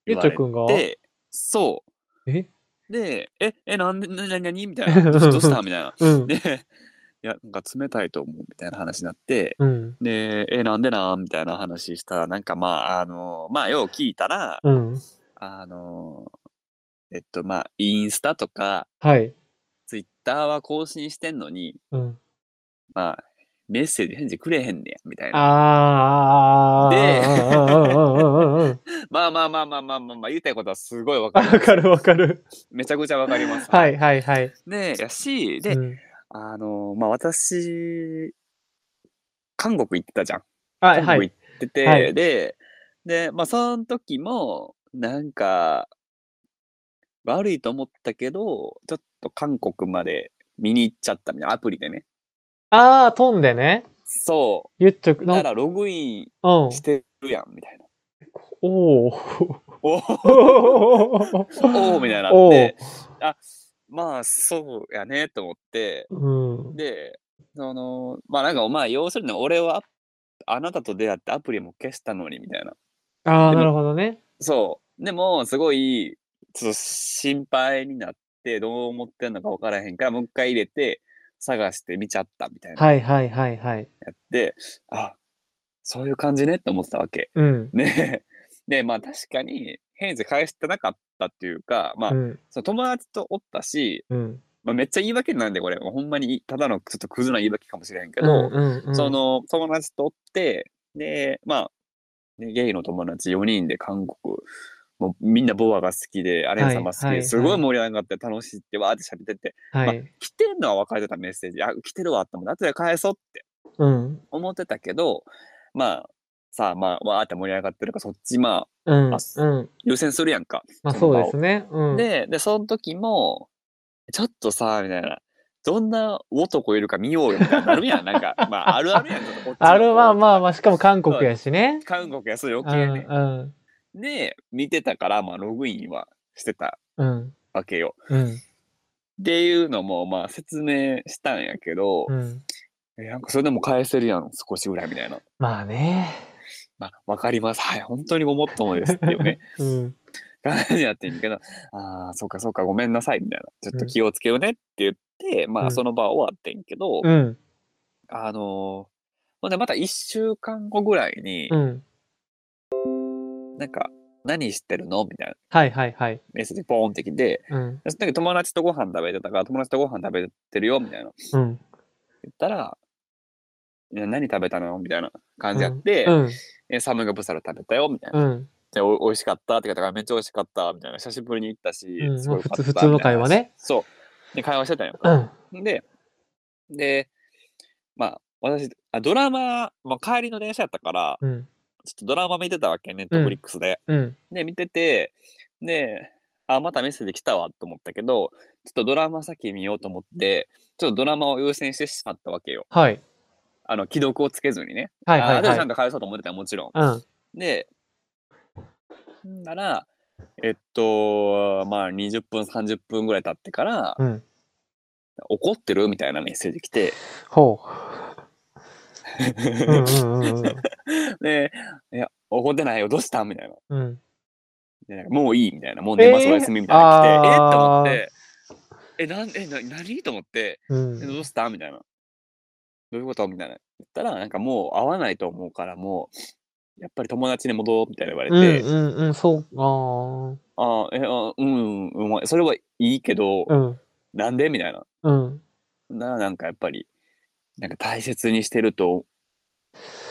Speaker 1: ゆ
Speaker 2: 言
Speaker 1: う
Speaker 2: わ
Speaker 1: ちょ
Speaker 2: れ
Speaker 1: くんが
Speaker 2: て、そう。
Speaker 1: え
Speaker 2: で、え、え、なんで、な、な、なにみたいな。ど うしどうしたんみたいな。
Speaker 1: うん。
Speaker 2: で、いや、なんか冷たいと思うみたいな話になって、
Speaker 1: うん。
Speaker 2: で、え、なんでなんみたいな話したら、なんかまあ、あの、まあ、よう聞いたら、
Speaker 1: うん。
Speaker 2: あのーえっと、まあ、インスタとか、
Speaker 1: はい。
Speaker 2: ツイッターは更新してんのに、
Speaker 1: うん。
Speaker 2: まあ、メッセージ返事くれへんねや、みたい
Speaker 1: あ
Speaker 2: な。
Speaker 1: あ。
Speaker 2: で
Speaker 1: うんうんうんうんうんうん。
Speaker 2: まあまあまあまあまあまあ、まあ、言いたいことはすごいわか
Speaker 1: あ
Speaker 2: る。
Speaker 1: わかるわかる。
Speaker 2: めちゃくちゃわかります。
Speaker 1: はい。はいはい。
Speaker 2: ねえ、やし、で、
Speaker 1: うん
Speaker 2: あのーまあ私、韓国行ってたじゃん。
Speaker 1: あ、
Speaker 2: 韓
Speaker 1: は
Speaker 2: 国
Speaker 1: い
Speaker 2: 行。ってて、
Speaker 1: はい
Speaker 2: で、で、まあその時も、なんか、悪いと思ったけど、ちょっと韓国まで見に行っちゃったみたいな、アプリでね。
Speaker 1: ああ、飛んでね。
Speaker 2: そ
Speaker 1: ゆっちょく
Speaker 2: う。
Speaker 1: ん、う。
Speaker 2: なんらログイ
Speaker 1: お
Speaker 2: ンしてるやん、みたいな。
Speaker 1: おー。
Speaker 2: おー
Speaker 1: お
Speaker 2: おー
Speaker 1: ー
Speaker 2: みたいになっ
Speaker 1: お
Speaker 2: て、あ、まあそうやね、と思って、
Speaker 1: うん。
Speaker 2: で、その、まあなんか、まあ要するに俺はあなたと出会ってアプリも消したのにみたいな。
Speaker 1: ああ、
Speaker 2: でも
Speaker 1: なるほどね。
Speaker 2: そう。でも、すごい、ちょっと心配になって、どう思ってんのか分からへんから、もう一回入れて、探して見ちゃったみたいな。
Speaker 1: はいはいはいはい。
Speaker 2: やって、あ、そういう感じねって思ってたわけ。
Speaker 1: うん。
Speaker 2: ね。で、まあ確かに、ヘンズ返してなかったっていうか、まあ、
Speaker 1: うん。
Speaker 2: その友達とおったし、
Speaker 1: うん。
Speaker 2: まあ、めっちゃ言い訳なんで、これ、ほんまにただのちょっとクズな言い訳かもしれへんけ
Speaker 1: う
Speaker 2: ど、
Speaker 1: んうんうん。
Speaker 2: その友達とおって、で、まあ、ねゲイの友達4人で韓国、もうみんなボアが好きで、アレン様好きで、
Speaker 1: はいはい
Speaker 2: すごい盛り上がって楽しいってわーって喋ってて、
Speaker 1: はい。
Speaker 2: 来てんのは分かれてたメッセージ、あ、来てるわって思って、後で返そうって
Speaker 1: うん。
Speaker 2: 思ってたけど、まあ、さあ、まあ、わーって盛り上がってるから、そっち、まあ、
Speaker 1: うん。
Speaker 2: あ
Speaker 1: うん。
Speaker 2: 優先するやんか。
Speaker 1: まあ
Speaker 2: そ
Speaker 1: そう
Speaker 2: の場を
Speaker 1: ですね。うん。
Speaker 2: で、で、その時も、ちょっとさ、みたいな、どんな男いるか見ようよ、みたいになるやん。なんか、 まあ、あるあるやん。ちょっとこっちの
Speaker 1: あるまあまあま
Speaker 2: あ。
Speaker 1: あ、しかも韓国やしね。
Speaker 2: 韓国や、そう余
Speaker 1: う
Speaker 2: 計ね。
Speaker 1: ん。
Speaker 2: で、見てたから、まあ、ログインはしてた
Speaker 1: うん。
Speaker 2: わけよ。
Speaker 1: うん。
Speaker 2: っていうのも、まあ、説明したんやけど、
Speaker 1: うん。
Speaker 2: えなんか、それでも返せるやん、少しぐらいみたいな。
Speaker 1: まあね。
Speaker 2: まあ、わかります。はい、本当にごもっともですっていうね、
Speaker 1: うん。
Speaker 2: 感じやってんけど、ああ、そうかそうか、ごめんなさい、みたいな。ちょっと気をつけようねって言って、ま
Speaker 1: う
Speaker 2: あ、
Speaker 1: ん
Speaker 2: その場は終わってんけど、
Speaker 1: うん。
Speaker 2: あのーほんで、また1週間後ぐらいに
Speaker 1: う、ん。
Speaker 2: なんか、何してるのみたいな
Speaker 1: はいはいはい。
Speaker 2: メッセージポーンってきて、
Speaker 1: うん。
Speaker 2: でその時友達とご飯食べてたから、友達とご飯食べてるよ、みたいな。
Speaker 1: うん。
Speaker 2: 言ったら、いや何食べたのみたいな感じやって、
Speaker 1: うん。
Speaker 2: えサムギョプサル食べたよ、みたいな。
Speaker 1: うん。
Speaker 2: で、お美味しかったって言ったから、めっちゃ美味しかった、みたいな。久しぶりに行ったし、
Speaker 1: うん
Speaker 2: すごい良かっ
Speaker 1: まあ普通
Speaker 2: た
Speaker 1: 普通の
Speaker 2: みたい
Speaker 1: 会
Speaker 2: な
Speaker 1: 話ね。
Speaker 2: そう。で、会話してたんよ。
Speaker 1: うん。
Speaker 2: で、で、まあ、私、あドラマ、まあ、帰りの電車やったから、
Speaker 1: うん。
Speaker 2: ちょっとドラマ見てたわけ、ネットフリックスで。
Speaker 1: うん。
Speaker 2: で、見てて、で、あ、またメッセージ来たわと思ったけど、ちょっとドラマ先見ようと思って、ちょっとドラマを優先してしまったわけよ。
Speaker 1: はい。
Speaker 2: あの、既読をつけずにね。
Speaker 1: はいは
Speaker 2: あ
Speaker 1: い
Speaker 2: でも
Speaker 1: は
Speaker 2: ちゃん
Speaker 1: い。
Speaker 2: と返そうと思ってたよもちろん。
Speaker 1: うん。
Speaker 2: で、なら、えっと、まあ、20分、30分ぐらい経ってから、
Speaker 1: うん。
Speaker 2: 怒ってるみたいなメッセージ来て、
Speaker 1: ほう。うんうんうんうん。
Speaker 2: で、いや、怒ってないよ、どうしたみたいな。
Speaker 1: うん。
Speaker 2: でなんかもういいみたいな、もう寝ます、
Speaker 1: えー
Speaker 2: おやすみみたいな来て、えー、と思
Speaker 1: あ
Speaker 2: っ
Speaker 1: ー
Speaker 2: て、え、なん、え、な、何と思って、
Speaker 1: う
Speaker 2: えど
Speaker 1: ん。
Speaker 2: うしたみたいな。どういうことみたいな。言ったら、なんかもう会わないと思うから、もう、やっぱり友達に戻ろうみたいな言われ
Speaker 1: うん
Speaker 2: て、
Speaker 1: うんうん。そう。あ
Speaker 2: あーえあーうん、うん、まあそれはいいけど、
Speaker 1: あ。うん。
Speaker 2: なんでみたいな。
Speaker 1: うん。
Speaker 2: なら、なんかやっぱり、なんか大切にしてると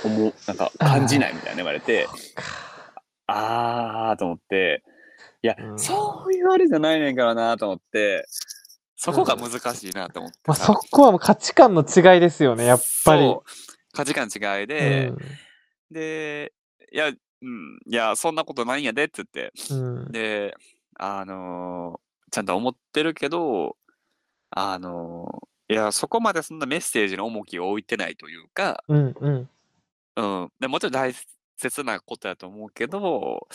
Speaker 2: 思う、なんか
Speaker 1: あー
Speaker 2: 感じないみたいな言わ れて、あーと思って、いや、
Speaker 1: うん
Speaker 2: そういうあれじゃないねんからなと思って、そこが難しいなと思って
Speaker 1: まあ
Speaker 2: さ、
Speaker 1: そこはもう価値観の違いですよね、やっぱり。
Speaker 2: そう価値観違いで、
Speaker 1: う
Speaker 2: で、いや、うん、いや、そんなことないんやでって言って、
Speaker 1: ん。うん。
Speaker 2: で、あのーちゃんと思ってるけど、あのーいや、そこまでそんなメッセージの重きを置いてないというか、
Speaker 1: うんうん。
Speaker 2: うん、でもちろん大切なことだと思うけど、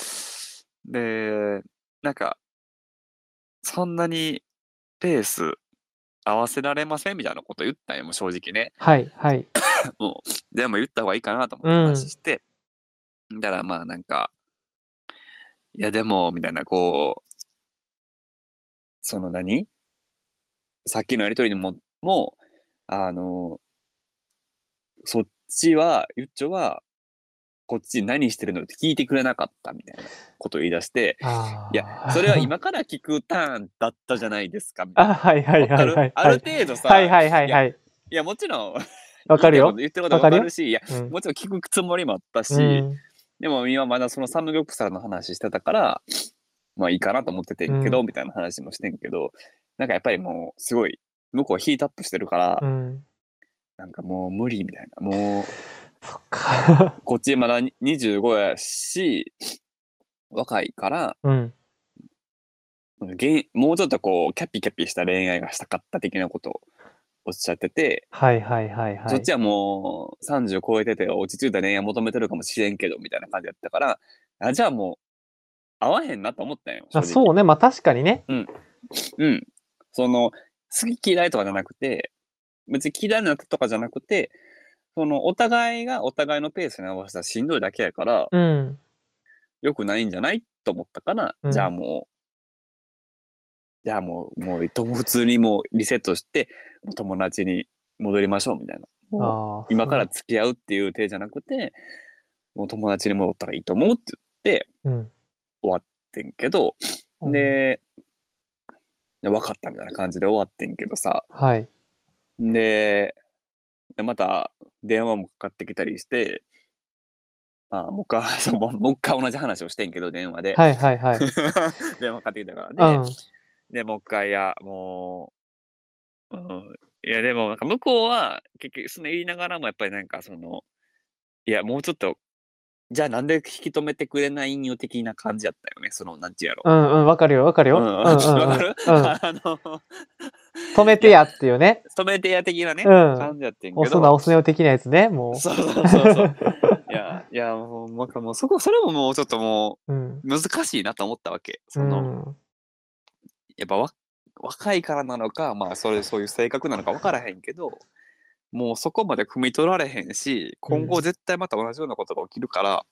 Speaker 2: で、なんか、そんなにペース合わせられませんみたいなこと言ったんよ、もう正直ね。
Speaker 1: はいはい。
Speaker 2: もう、でも言った方がいいかなと思って
Speaker 1: うん
Speaker 2: 話して、だからまあなんか、いやでも、みたいな、こう、その何さっきのやりとりにも、もう、あの、そっちは、ゆっちょは、こっち何してるのって聞いてくれなかったみたいなことを言い 出して、
Speaker 1: ああ
Speaker 2: いや、それは。今から聞くターンだったじゃないですか、みたい な。
Speaker 1: あ、はいはいはいはいはい。
Speaker 2: わかるある程度さ、
Speaker 1: はいはいはいはい。
Speaker 2: いや、もちろん、
Speaker 1: わかるよ。
Speaker 2: 言ってること
Speaker 1: わ
Speaker 2: わ
Speaker 1: かる
Speaker 2: か
Speaker 1: よ
Speaker 2: るし、いや、
Speaker 1: うん
Speaker 2: もちろん聞くつもりもあったし、
Speaker 1: うん
Speaker 2: でも今まだそのサムギョプサルの話してたから、まあいいかなと思っててんけど、
Speaker 1: う
Speaker 2: みたいな話もしてんけど、なんかやっぱりもうすごい、向こうはヒートアップしてるから、
Speaker 1: うん。
Speaker 2: なんかもう無理みたいな。もう、
Speaker 1: そっか。
Speaker 2: こっちまだ25やし、若いから、
Speaker 1: うん。
Speaker 2: げんもうちょっとこう、キャピキャピした恋愛がしたかった的なことをおっしゃってて、
Speaker 1: はいはいはいはい。
Speaker 2: そっちはもう30超えてて落ち着いた恋愛求めてるかもしれんけどみたいな感じだったからあじゃあもう合わへんなと思ったんよ
Speaker 1: あ
Speaker 2: 正直
Speaker 1: そうね、まあ確かにね。
Speaker 2: うんその好き嫌いとかじゃなくて別に嫌いなとかじゃなくて、そのお互いがお互いのペースに合わせたらしんどいだけやから、
Speaker 1: うん。
Speaker 2: よくないんじゃないと思ったから、
Speaker 1: うん
Speaker 2: じゃあもう、じゃあもう、もう、とも普通にもうリセットして、もう友達に戻りましょうみたいな。もう
Speaker 1: ああ。
Speaker 2: 今から付き合うっていう手じゃなくて、もう友達に戻ったらいいと思うって
Speaker 1: うん。
Speaker 2: 言ってんけど、
Speaker 1: うん。
Speaker 2: で、で分かったみたいな感じで終わってんけどさ、
Speaker 1: はい。
Speaker 2: で、でまた電話もかかってきたりして、あもう一回、 そうもうもう一回同じ話をしてんけど、電話で。
Speaker 1: はいはいはい。
Speaker 2: 電話かかってきたから
Speaker 1: う
Speaker 2: ね。
Speaker 1: ん。
Speaker 2: で、もう一回、いや、もう、うん、いや、でも、なんか向こうは、結局、その言いながらも、やっぱりなんか、その、いや、もうちょっと、じゃあなんで引き止めてくれないんよ的な感じやったよね、その、なんちゅうやろ。
Speaker 1: うんうん。わかるよわかるよ。
Speaker 2: う
Speaker 1: うんうん
Speaker 2: ん、
Speaker 1: うん。う
Speaker 2: わかる、
Speaker 1: ん。
Speaker 2: あの、
Speaker 1: 止めてやっていうね。
Speaker 2: 止めてや的なね、
Speaker 1: うん
Speaker 2: 感じやってんけど。
Speaker 1: 押すな押すねを的なやつね。も
Speaker 2: そうそうそう そう。いや、いや、もう、なんかもう、そこ、それももうちょっとも
Speaker 1: う。うん。
Speaker 2: う、難しいなと思ったわけ。
Speaker 1: う
Speaker 2: その、
Speaker 1: ん。
Speaker 2: やっぱわ若いからなのか、まあ、それそういう性格なのか分からへんけどもうそこまで踏み取られへんし今
Speaker 1: う
Speaker 2: 後
Speaker 1: ん
Speaker 2: 絶対また同じようなことが起きるから、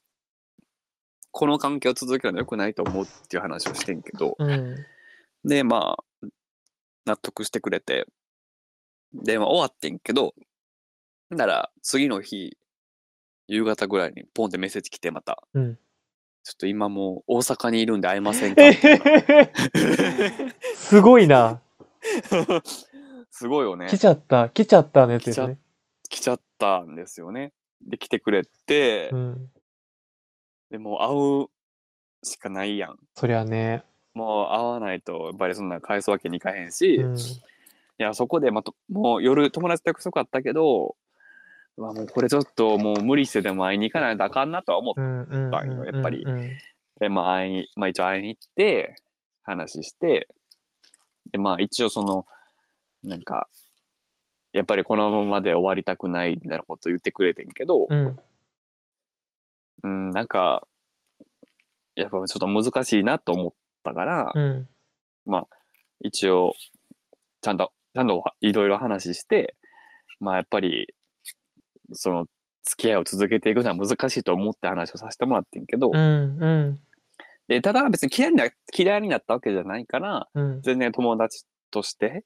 Speaker 2: この関係を続けるのは良くないと思うっていう話をしてんけど
Speaker 1: うん。
Speaker 2: でまあ納得してくれてで、まあ、終わってんけどなら次の日夕方ぐらいにポンってメッセージ来てまた、
Speaker 1: うん
Speaker 2: ちょっと今もう大阪にいるんで会えませんか
Speaker 1: えへ
Speaker 2: みたいな
Speaker 1: へへすごいな。
Speaker 2: すごいよね
Speaker 1: 来ちゃった。来ちゃったのやつですね。
Speaker 2: 来ちゃったんですよね。で来てくれて、
Speaker 1: うん。
Speaker 2: でもう会うしかないやん。
Speaker 1: そりゃね。
Speaker 2: もう会わないとやっぱりそんな返すわけにいかへんし、
Speaker 1: う
Speaker 2: い
Speaker 1: ん。
Speaker 2: やそこでまたもう夜友達と約束あったけど、うわもうこれちょっともう無理してでも会いに行かないとあかんなとは思っ
Speaker 1: うんうん
Speaker 2: バンよ
Speaker 1: うん
Speaker 2: やっぱり
Speaker 1: うん
Speaker 2: て、まあ会いにまあ、一応会いに行って話してでまあ一応そのなんかやっぱりこのままで終わりたくないみたいなこと言ってくれてんけど、
Speaker 1: うん。
Speaker 2: うん、なんか、やっぱちょっと難しいなと思ったから、
Speaker 1: うん。
Speaker 2: 一応、ちゃんと、ちゃんといろいろ話して、まあやっぱり、その、付き合いを続けていくのは難しいと思って話をさせてもらってんけど、
Speaker 1: うん。うん。
Speaker 2: で、ただ別に嫌いにな嫌いになったわけじゃないから、
Speaker 1: うん。
Speaker 2: 全然友達として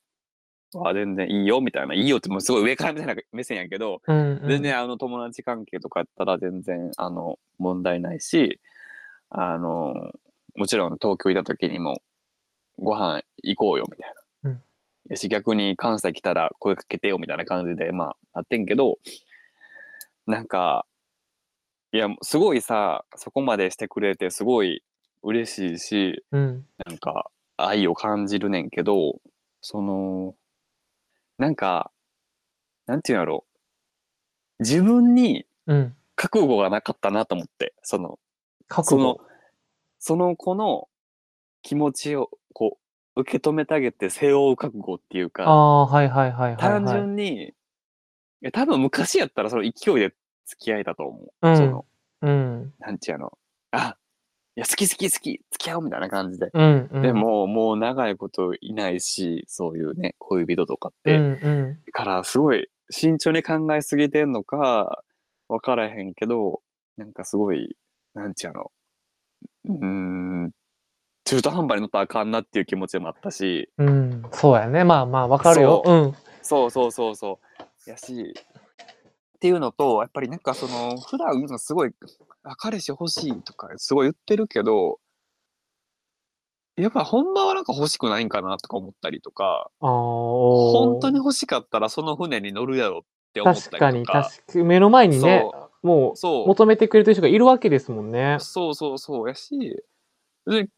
Speaker 2: は全然いいよみたいな、いいよってもうすごい上からみたいな目線やけど、
Speaker 1: うん。
Speaker 2: 全然あの友達関係とかやったら全然あの問題ないしあのもちろん東京いた時にもご飯行こうよみたいな、
Speaker 1: うん
Speaker 2: やし逆に関西来たら声かけてよみたいな感じでまああってんけどなんかいやすごいさそこまでしてくれてすごい嬉しいし
Speaker 1: うん。
Speaker 2: なんか愛を感じるねんけどそのなんかなんていうんやろう自分に
Speaker 1: うん。
Speaker 2: 覚悟がなかったなと思ってその
Speaker 1: 覚
Speaker 2: その
Speaker 1: 悟。
Speaker 2: その子の気持ちをこう受け止めてあげて背負う覚悟っていう
Speaker 1: あ
Speaker 2: か
Speaker 1: あ、はいはいはいはいはい。
Speaker 2: 単純に、いや多分昔やったらその勢いで付き合えたと思う、
Speaker 1: うん
Speaker 2: その
Speaker 1: うん。
Speaker 2: なんちゅうのあいや好き好き好き付き合おうみたいな感じで
Speaker 1: うん。うん
Speaker 2: で、も、もう長いこといないし、そういうね、恋人とかっ
Speaker 1: う
Speaker 2: て、
Speaker 1: んうん。
Speaker 2: からすごい慎重に考えすぎてんのか、わからへんけど、なんかすごい、なんちゃうの、うーん、中途半端に乗ったらあかんなっていう気持ちもあったし、
Speaker 1: うん、そうやね。まあまあ、わかるよ。
Speaker 2: そうそうそうそうそう、やし、っていうのと、やっぱりなんかその、普段すごい、あ、彼氏欲しいとか、すごい言ってるけど、やっぱほんまはなんか欲しくないんかなとか思ったりとか、
Speaker 1: ん。ああ、
Speaker 2: 本
Speaker 1: 本
Speaker 2: 当に欲しかったらその船に乗るやろって思ったり
Speaker 1: 確
Speaker 2: とか
Speaker 1: かに、確かに。目の前にね、も、
Speaker 2: そうう
Speaker 1: 求めてくれてる人がいるわけですもんね。
Speaker 2: そうそうそうそうやしで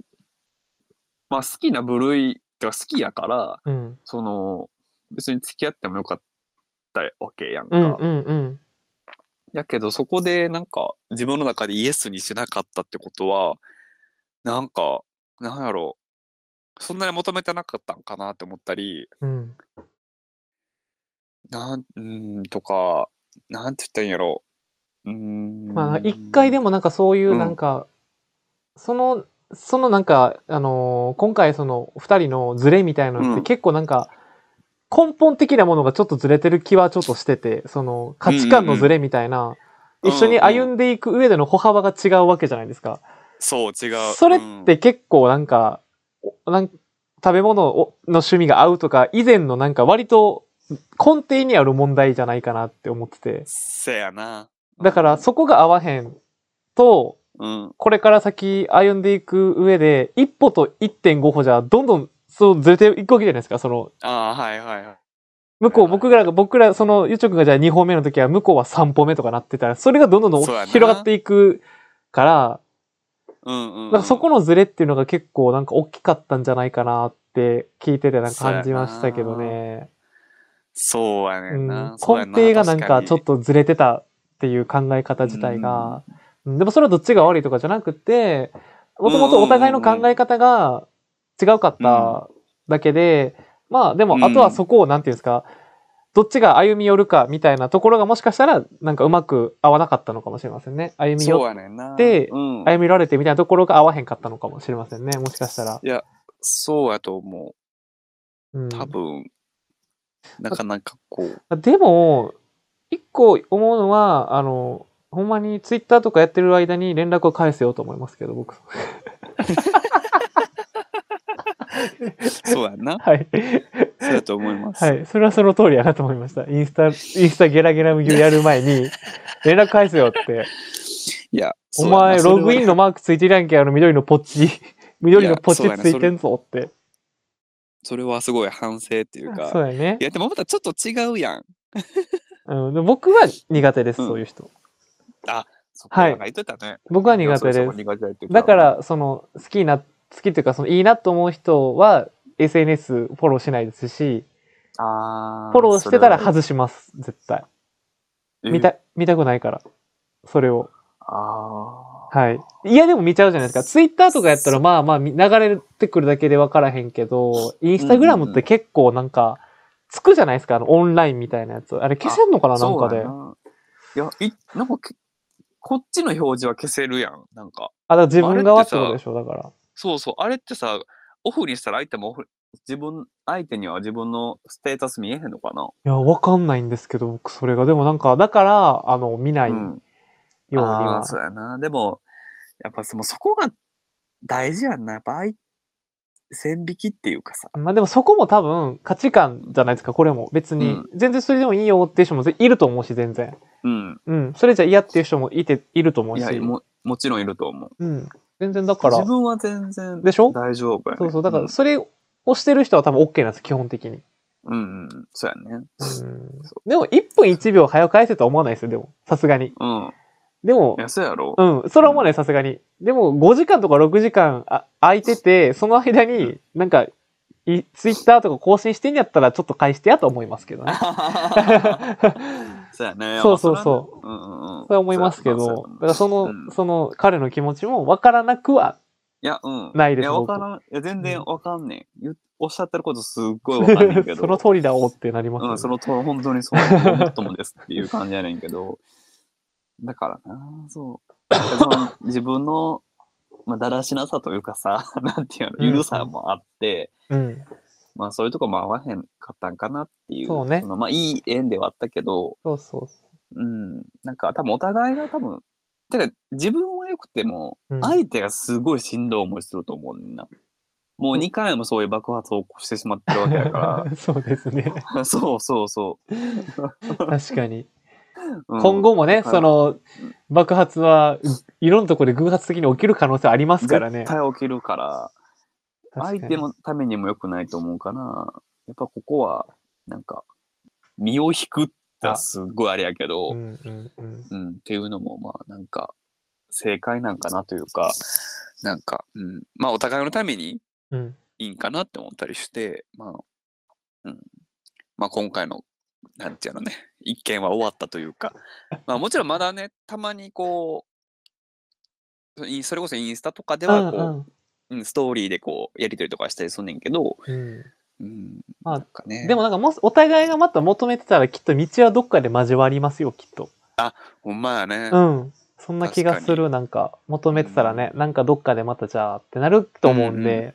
Speaker 2: まあ好きな部類とか好きやから
Speaker 1: うん。
Speaker 2: その別に付き合ってもよかったわけやんか、
Speaker 1: うんうんうん。
Speaker 2: やけどそこでなんか自分の中でイエスにしなかったってことはなんかなんやろそんなに求めてなかったんかなって思ったり
Speaker 1: うん。
Speaker 2: なんうんとかなんて言ったらいいんやろうーん
Speaker 1: まあ、一回でもなんかそういうう、
Speaker 2: ん
Speaker 1: なんか、その、そのなんか、あのー今回その、二人のズレみたいなのって
Speaker 2: うん
Speaker 1: 結構なんか、根本的なものがちょっとずれてる気はちょっとしてて、その価値観のずれみたいな、
Speaker 2: うんうん
Speaker 1: 一緒に歩んでいく上での歩幅が違うわけじゃないですか。
Speaker 2: そう、違う。
Speaker 1: それっ
Speaker 2: うん
Speaker 1: て結構なんか、おなん食べ物をの趣味が合うとか、以前のなんか割と根底にある問題じゃないかなって思ってて。
Speaker 2: せやな。
Speaker 1: だからそこが合わへんと、
Speaker 2: うん。
Speaker 1: これから先歩んでいく上で、一歩と1.5歩じゃどんどんそうずれていくわけじゃないですか、その
Speaker 2: ああ、はいはいはい。
Speaker 1: 向こう、
Speaker 2: はいはい
Speaker 1: 僕らが、僕ら、その、ゆうちょくんがじゃあ2歩目の時は、向こうは3歩目とかなってたら、それがどんどんどん
Speaker 2: そうやな
Speaker 1: 広がっていくから、
Speaker 2: うんうん、うん。
Speaker 1: なんかそこのズレっていうのが結構なんか大きかったんじゃないかなって聞いててなんか感じましたけどね。
Speaker 2: そうや
Speaker 1: う
Speaker 2: ねん
Speaker 1: ん、根
Speaker 2: な。そう
Speaker 1: 底
Speaker 2: や
Speaker 1: が
Speaker 2: な
Speaker 1: なんかちょっとずれてたっていう考え方自体が、うんでもそれはどっちが悪いとかじゃなくて、もともとお互いの考え方が違うかっただけで、まあでもあとはそこをなんていうんですか、どっちが歩み寄るかみたいなところがもしかしたらなんかうまく合わなかったのかもしれませんね。歩み寄
Speaker 2: そ
Speaker 1: っ
Speaker 2: うやねんな。
Speaker 1: て
Speaker 2: うん、
Speaker 1: 歩み寄られてみたいなところが合わへんかったのかもしれませんね。もしかしたら。
Speaker 2: いや、そうやと思
Speaker 1: うん
Speaker 2: う。多分、なかなかこう。
Speaker 1: でも、一個思うのは、あの、ほんまにツイッターとかやってる間に連絡を返せようと思いますけど、僕。
Speaker 2: そうやん な。
Speaker 1: はい。
Speaker 2: そうやと思います。
Speaker 1: はい。それはその通りやなと思いました。インスタ、インスタゲラゲラ麦をやる前に、連絡返せよ って。
Speaker 2: いや、
Speaker 1: お前、ログイン
Speaker 2: の。
Speaker 1: のマークついてるやんけ、あの緑のポッ チ。緑のポッチ
Speaker 2: いやそうやな
Speaker 1: ついてんぞって。
Speaker 2: それはすごい反省っていうか。
Speaker 1: そうやね
Speaker 2: い。や、でもまたちょっと違うやん。
Speaker 1: うん、でも僕は苦手です、
Speaker 2: うん
Speaker 1: そういう人。
Speaker 2: そ
Speaker 1: はい
Speaker 2: なんか言ってたね。
Speaker 1: 僕は苦手
Speaker 2: いや
Speaker 1: で
Speaker 2: そう
Speaker 1: す
Speaker 2: そう。苦手だって言ってた
Speaker 1: だか、ら、その、好きな、好きっていうか、その、いいなと思う人は、SNS フォローしないですし、
Speaker 2: あ
Speaker 1: フォローしてたら
Speaker 2: ず、
Speaker 1: 外します、絶対。
Speaker 2: え
Speaker 1: 見。た、見たくないから。それを。
Speaker 2: ああ。
Speaker 1: はい。いや、でも見ちゃうじゃないですか。ツイッターとかやったら、まあまあ、み流れてくるだけで分からへんけど、インスタグラムって結構なんか、つくじゃないですか、あの、オンラインみたいなやつ。あれ消せんのかな、なんか
Speaker 2: そうや
Speaker 1: で。
Speaker 2: ないや、い、なんかけ、こっちの表示は消せるやん。なんか。
Speaker 1: あ、だから自分側
Speaker 2: あれ
Speaker 1: っ
Speaker 2: って
Speaker 1: て
Speaker 2: さ
Speaker 1: ことでしょ、だから。
Speaker 2: そうそう。あれってさ、オフにしたら相手もオフ、自分、相手には自分のステータス見えへんのかない
Speaker 1: や、わかんないんですけど、僕、それが。でもなんか、だから、あの、見ないよう
Speaker 2: うん。
Speaker 1: に
Speaker 2: あ
Speaker 1: は
Speaker 2: あ、。そうやな。でも、やっぱそのそこが大事やんな。やっぱ相、線引きっていうかさ。
Speaker 1: まあでもそこも多分価値観じゃないですか、これも。別に、
Speaker 2: うん
Speaker 1: 全然それでもいいよっていう人もいると思うし、全然。
Speaker 2: うん。
Speaker 1: うん。それじゃ嫌っていう人もいて、いると思う
Speaker 2: い
Speaker 1: し。
Speaker 2: や、も、もちろんいると思う。
Speaker 1: うん。全然だから。
Speaker 2: 自分は全然
Speaker 1: でしょ
Speaker 2: 大丈夫やね。
Speaker 1: そうそう。だから、それをしてる人は多分 OK なんです、基本的に。
Speaker 2: うん、うんうん、そうやね。
Speaker 1: うん。でも、1分1秒早く返せとは思わないですよ、でも。さすがに。
Speaker 2: うん。
Speaker 1: でも
Speaker 2: い、や、そうやろ。
Speaker 1: うん。それは思わない、さすがに。でも、5時間とか6時間あ空いてて、その間に、なんか、いツイッターとか更新してんやったら、ちょっと返してやと思いますけど ね。
Speaker 2: そうやね。
Speaker 1: そうそうそう。
Speaker 2: う。うんうんう
Speaker 1: そ
Speaker 2: ん。
Speaker 1: れは思いますけ
Speaker 2: そうや
Speaker 1: ど、だ
Speaker 2: な
Speaker 1: からその、
Speaker 2: うん
Speaker 1: その彼の気持ちも分からなくは、
Speaker 2: いや、うん。
Speaker 1: ないです
Speaker 2: いや、わ
Speaker 1: 僕
Speaker 2: からん。いや、全然わかんねん。言うおっしゃってることすっごいわかんねんけど。
Speaker 1: その通りだおってなりますよね、
Speaker 2: うん、そのと本当にそう思もっともですっていう感じやねんけど、だからな、そう。その自分の、まあ、だらしなさというかさ、なんていうの、ゆるさもあって、
Speaker 1: うん。
Speaker 2: まあそういうとこも合わへんかったんかなっていう。
Speaker 1: そうね
Speaker 2: のまあいい縁ではあったけど、
Speaker 1: そうそうそ
Speaker 2: うん、なんか多分お互いが多分、てか自分は良くても、
Speaker 1: う。うん
Speaker 2: 相手がすごいしんどい思いすると思うねんな。もう2回もそういう爆発を起こしてしまってるわけだか
Speaker 1: そうですね。
Speaker 2: ら。そうそうそ
Speaker 1: 確かに。
Speaker 2: う。うん
Speaker 1: 今後もね、
Speaker 2: だから
Speaker 1: その、爆発は、いろんなところで偶発的に起きる可能性ありますからね。
Speaker 2: 絶対起きるから、
Speaker 1: 確
Speaker 2: 相
Speaker 1: かに
Speaker 2: 手のためにも良くないと思うから、やっぱここは、なんか、身を引くってすっごいあれやけど、
Speaker 1: う
Speaker 2: うん、
Speaker 1: んうんうん。
Speaker 2: っていうのも、まあ、なんか、正解なんかなというか、なんか、うん、まあ、お互いのために
Speaker 1: うん。
Speaker 2: いいんかなって思ったりして、まあ、うん、まあ、今回の、なんていうのね、一件は終わったというか、まあ、もちろんまだね、たまにこう、インそれこそインスタとかでは、こう、
Speaker 1: うん
Speaker 2: うん、ストーリーでこうやり取りとかしたりすんねんけど、
Speaker 1: うん
Speaker 2: うん、
Speaker 1: まあ
Speaker 2: なんかね
Speaker 1: でもなんかもしお互いがまた求めてたらきっと道はどっかで交わりますよきっと
Speaker 2: ほんまやね、
Speaker 1: うんそんな気がす
Speaker 2: 確か
Speaker 1: るなんか求めてたらね、なんかどっかでまたじゃあってなると思うんで、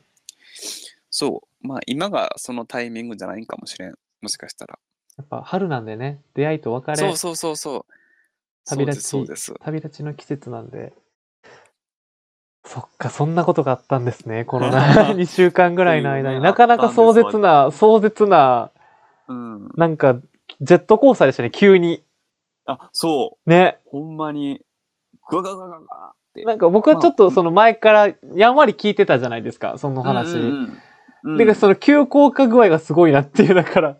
Speaker 2: そうまあ今がそのタイミングじゃないんかもしれんもしかしたら。
Speaker 1: やっぱ春なんでね、出会いと別
Speaker 2: そ
Speaker 1: れ
Speaker 2: う、そうそうそう。
Speaker 1: 旅立ち
Speaker 2: そうです、そうです。
Speaker 1: 旅立ちの季節なんで。そっか、そんなことがあったんですね、この な2週間ぐらいの間に。
Speaker 2: っていうね
Speaker 1: なかなか壮絶な、壮絶な、
Speaker 2: うん。
Speaker 1: なんか、ジェットコースターでしたね、急に。
Speaker 2: あ、そう。
Speaker 1: ね。
Speaker 2: ほんまに、ガガガガガって。
Speaker 1: なんか僕はちょっとその前からやんわり聞いてたじゃないですか、その話。
Speaker 2: うんうんうん
Speaker 1: で、その急降下具合がすごいなっていう、だから。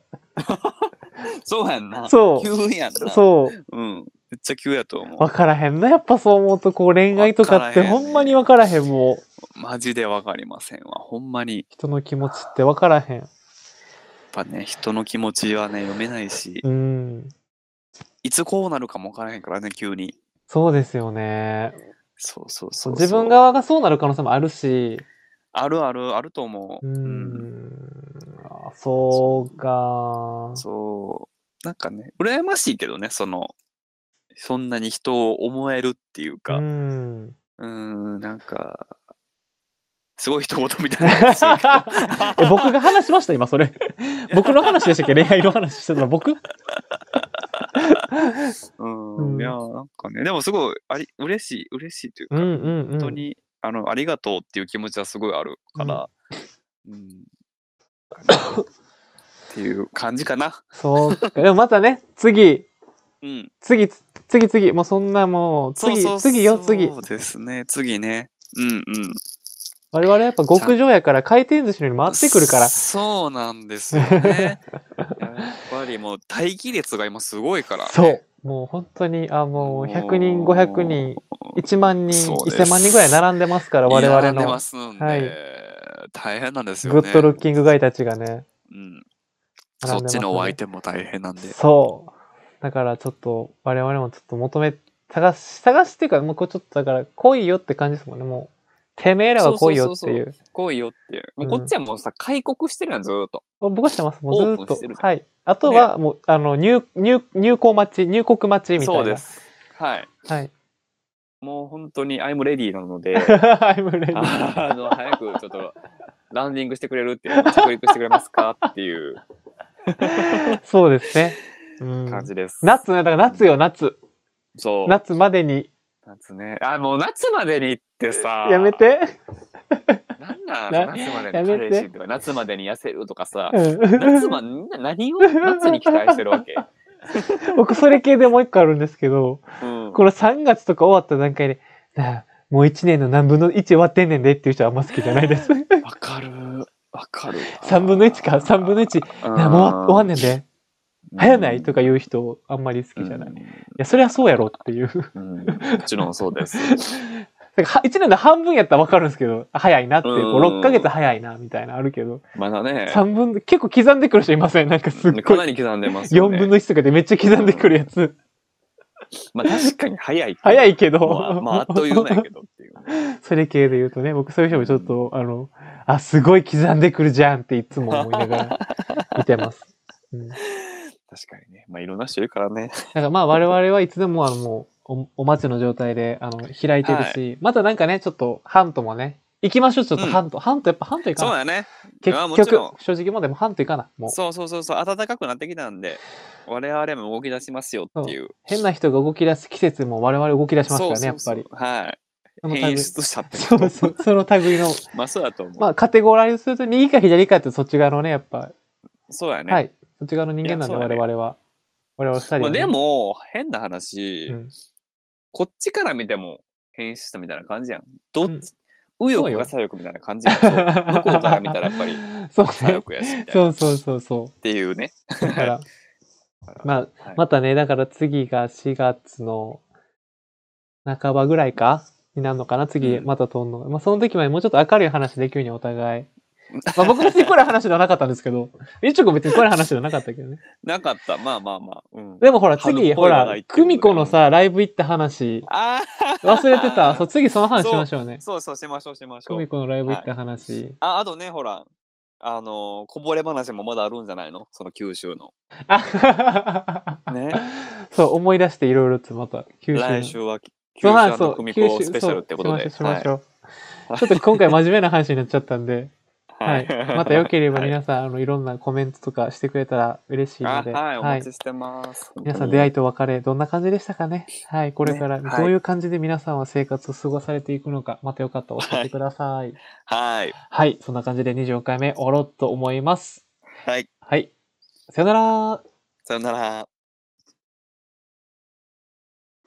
Speaker 2: そうやんな。
Speaker 1: そう
Speaker 2: 急やんな。
Speaker 1: そう。
Speaker 2: うん。めっちゃ急やと思
Speaker 1: わからへんな、やっぱそう思うと、こう恋愛とかって
Speaker 2: わからへ
Speaker 1: ほ
Speaker 2: ん
Speaker 1: んまにわからへん、もう。
Speaker 2: う。マジでわかりませんわ。ほんまに。や
Speaker 1: 人の気持ちってわからへん。
Speaker 2: っぱね、人の気持ちはね、読めないし、
Speaker 1: うん。
Speaker 2: いつこうなるかもわからへんからね、急に。
Speaker 1: そうですよね。
Speaker 2: そうそう
Speaker 1: そ
Speaker 2: そうう。
Speaker 1: 自分。側がそうなる可能性もあるし。
Speaker 2: あるある、あると思う。
Speaker 1: うーん。あそうか。
Speaker 2: そう。なんかね、羨ましいけどね、その、そんなに人を思えるっていうか、
Speaker 1: う。
Speaker 2: うんーん、んなんか、すごい一言みたいな話 やけど
Speaker 1: え僕が話しました今それ。僕の話でしたっけ恋愛の話してたの僕
Speaker 2: うん、
Speaker 1: うん
Speaker 2: いや、なんかね、でもすごい、あり、嬉しい、嬉しいというか、
Speaker 1: うんうんうん。
Speaker 2: 本当に、あの、ありがとうっていう気持ちはすごいあるから、うん、っていう感じかな。
Speaker 1: そうか。でもまたね、次、
Speaker 2: うん。
Speaker 1: 次、次、次、もうそんなもう、次、
Speaker 2: そうそう
Speaker 1: 次よ、次
Speaker 2: そ。うですね、次ね。うんうん。
Speaker 1: 我々やっぱ極上やから回転寿司のように回ってくるから。
Speaker 2: そうなんですよ ね。やっぱりもう待機列が今すごいから。
Speaker 1: そう。もう本当に、あ、もう100人、500人、1万人、
Speaker 2: そうです
Speaker 1: 1000万人ぐらい並んでますから、我々
Speaker 2: 並んでま
Speaker 1: の
Speaker 2: すんで、
Speaker 1: はい
Speaker 2: 大変なんですよ
Speaker 1: グ
Speaker 2: ね。
Speaker 1: ッドルッキングガイたちがね。
Speaker 2: うん、
Speaker 1: 並
Speaker 2: そ
Speaker 1: んで
Speaker 2: っ
Speaker 1: ます
Speaker 2: ち
Speaker 1: ね
Speaker 2: のお相手も大変なんで。
Speaker 1: そう。だからちょっと、我々もちょっと求め、探し、探しっていうか、もうこれちょっとだから、来いよって感じですもんね、もう。てめえらが来いよって
Speaker 2: そうそう
Speaker 1: い。
Speaker 2: そう来いよっていう。もうこっちはもうさ、開国してるやん、ずーっと。
Speaker 1: 僕はしてます、もうずー
Speaker 2: オー
Speaker 1: っ
Speaker 2: プン
Speaker 1: と
Speaker 2: してる。
Speaker 1: はい。あとは、もう、あの、入、入、入校待ち、入国待ちみたいな。
Speaker 2: そうで。す。はい。
Speaker 1: はい。
Speaker 2: もう本当に、アイムレディーなので、
Speaker 1: I'm ready.
Speaker 2: あの、早くちょっと、ランディングしてくれるっていう、着陸してくれますかっていう
Speaker 1: そうですね。うん。
Speaker 2: 感じです。
Speaker 1: 夏ね、だから夏よ、夏。
Speaker 2: そう。
Speaker 1: 夏までに。
Speaker 2: 夏ね。あ、もう夏までにってさ。
Speaker 1: やめ。て。
Speaker 2: なんなん
Speaker 1: な
Speaker 2: 夏まで
Speaker 1: や
Speaker 2: に
Speaker 1: めて
Speaker 2: 彼氏とか、夏までに痩せるとかさ。
Speaker 1: うん
Speaker 2: 夏ま、みんな何 を夏に期待してるわけ。
Speaker 1: 僕、それ系でもう一個あるんですけど、
Speaker 2: うん。
Speaker 1: この3月とか終わった段階で、なあもう1年の何分の1終わってんねんでっていう人はあんま好きじゃないです。
Speaker 2: わかる。わかる。
Speaker 1: 3分の1か、3分の1。なあもう終わんねんで。早ないと
Speaker 2: か
Speaker 1: か言う人あんまり好きじゃない。い
Speaker 2: い。
Speaker 1: や、そりゃそうやろっていう。だか
Speaker 2: うんもちろんそ うです。
Speaker 1: らは1年の半分やったらわかるんですけど、あ早いなって、こう
Speaker 2: うん
Speaker 1: 6ヶ月早いな、みたいなあるけど、
Speaker 2: まだね、
Speaker 1: 3分の、結構刻んでくる人いませんなんかすっ
Speaker 2: か
Speaker 1: ご。
Speaker 2: ないり刻んでます
Speaker 1: 4
Speaker 2: よ、ね。
Speaker 1: 分の1とかでめっちゃ刻んでくるやつ。
Speaker 2: まあ確かに早い。
Speaker 1: 早
Speaker 2: い。
Speaker 1: いけど。
Speaker 2: まあ、まあ、あっという間やけど っていう。
Speaker 1: それ系で言うとね、僕そういう人もちょっと、あの、あ、すごい刻んでくるじゃんっていつも思いなが ら見てます。うん、だ
Speaker 2: 確かにね。まあいろんな人いるからね。
Speaker 1: からまあ我々はいつでもあのもうおお待ちの状態であの開いてるし、またなんかね、ちょっとハントもね、行きましょうちょっと
Speaker 2: うん
Speaker 1: ハント、ハントやっぱハント行か
Speaker 2: そう
Speaker 1: な。
Speaker 2: だね。
Speaker 1: 結
Speaker 2: あもちろん
Speaker 1: 局、正直もうでもハント行かな。もう
Speaker 2: そうそうそうそう暖かくなってきたんで我々も動き出しますよっていう
Speaker 1: 変な人が動き出す季節も我々動き出します
Speaker 2: そ
Speaker 1: か
Speaker 2: う
Speaker 1: らね、
Speaker 2: そ
Speaker 1: や
Speaker 2: う
Speaker 1: っ
Speaker 2: そ
Speaker 1: ぱ
Speaker 2: う
Speaker 1: り。
Speaker 2: はい
Speaker 1: その類
Speaker 2: 変質したっ て
Speaker 1: そ
Speaker 2: こ
Speaker 1: う
Speaker 2: と
Speaker 1: そう、その類の、
Speaker 2: まあそうだと思う、
Speaker 1: まあカテゴライズすると右か左かってそっち側のね、やっぱ
Speaker 2: そうやね、
Speaker 1: はい。そっち側の人間なんで、
Speaker 2: いやそうだ
Speaker 1: 我
Speaker 2: ね
Speaker 1: 々は。我々二人はね、
Speaker 2: まあ、でも変な話、
Speaker 1: うん、
Speaker 2: こっちから見ても変質したみたいな感じやんどっち、
Speaker 1: うん
Speaker 2: 右翼が左翼みたいな感じ やんそう向こうから見たらやっぱり
Speaker 1: そう
Speaker 2: 左
Speaker 1: ね。
Speaker 2: 翼やしみたいな
Speaker 1: そ
Speaker 2: っ
Speaker 1: うそうそうそ
Speaker 2: ていうね
Speaker 1: う。だ から、ま
Speaker 2: はい
Speaker 1: あ、またね、だから次が4月の半ばぐらいかになるのかな次、
Speaker 2: うん
Speaker 1: また飛んの。まあ、その時までもうちょっと明るい話できるようにお 互い。まあ、僕別にこれ話ではなかったんですけど、ゆうちょくん別にこれ話ではなかったけどね。
Speaker 2: なかったまあまあまあ、うん、
Speaker 1: でもほら、
Speaker 2: 春っぽ
Speaker 1: 次、
Speaker 2: い
Speaker 1: ほ
Speaker 2: 話
Speaker 1: ら
Speaker 2: 題っ、てい
Speaker 1: 久
Speaker 2: うことで
Speaker 1: 美子のさ、ライブ行った話、
Speaker 2: あ
Speaker 1: 忘れて た。そう、次その話しましょう
Speaker 2: あ
Speaker 1: ね。
Speaker 2: そうそうしましょうしまし
Speaker 1: 久
Speaker 2: ょう
Speaker 1: 美子のライブ行った話。
Speaker 2: ああとねほらあのーこぼれ話もまだあるんじゃないのその九州の
Speaker 1: あ
Speaker 2: ね
Speaker 1: そう、思い出していろいろとまた、九州の。
Speaker 2: 来週はき九
Speaker 1: そうなんです
Speaker 2: 州
Speaker 1: そ
Speaker 2: の
Speaker 1: う
Speaker 2: 組
Speaker 1: 九
Speaker 2: 子
Speaker 1: 州
Speaker 2: スペシャルってことで
Speaker 1: そうしましょうしましょう。
Speaker 2: は
Speaker 1: ちょっと今回真面目な話になっちゃったんで、
Speaker 2: いは
Speaker 1: はいい。。また良ければ
Speaker 2: はい
Speaker 1: 皆さん、あの、いろんなコメントとかしてくれたら嬉しいの
Speaker 2: あ
Speaker 1: で、
Speaker 2: はい、お待ちしてます。
Speaker 1: 皆さん出会
Speaker 2: い。
Speaker 1: いと別れ、どんな感じでしたかねはい。これから、
Speaker 2: ねはい
Speaker 1: どういう感じで皆さんは生活を過ごされていくのか、またよかったら教えてください。
Speaker 2: はい。
Speaker 1: はい。そんな感じで24回目終わろうと思います。
Speaker 2: はい。
Speaker 1: はい。さよなら
Speaker 2: さよなら。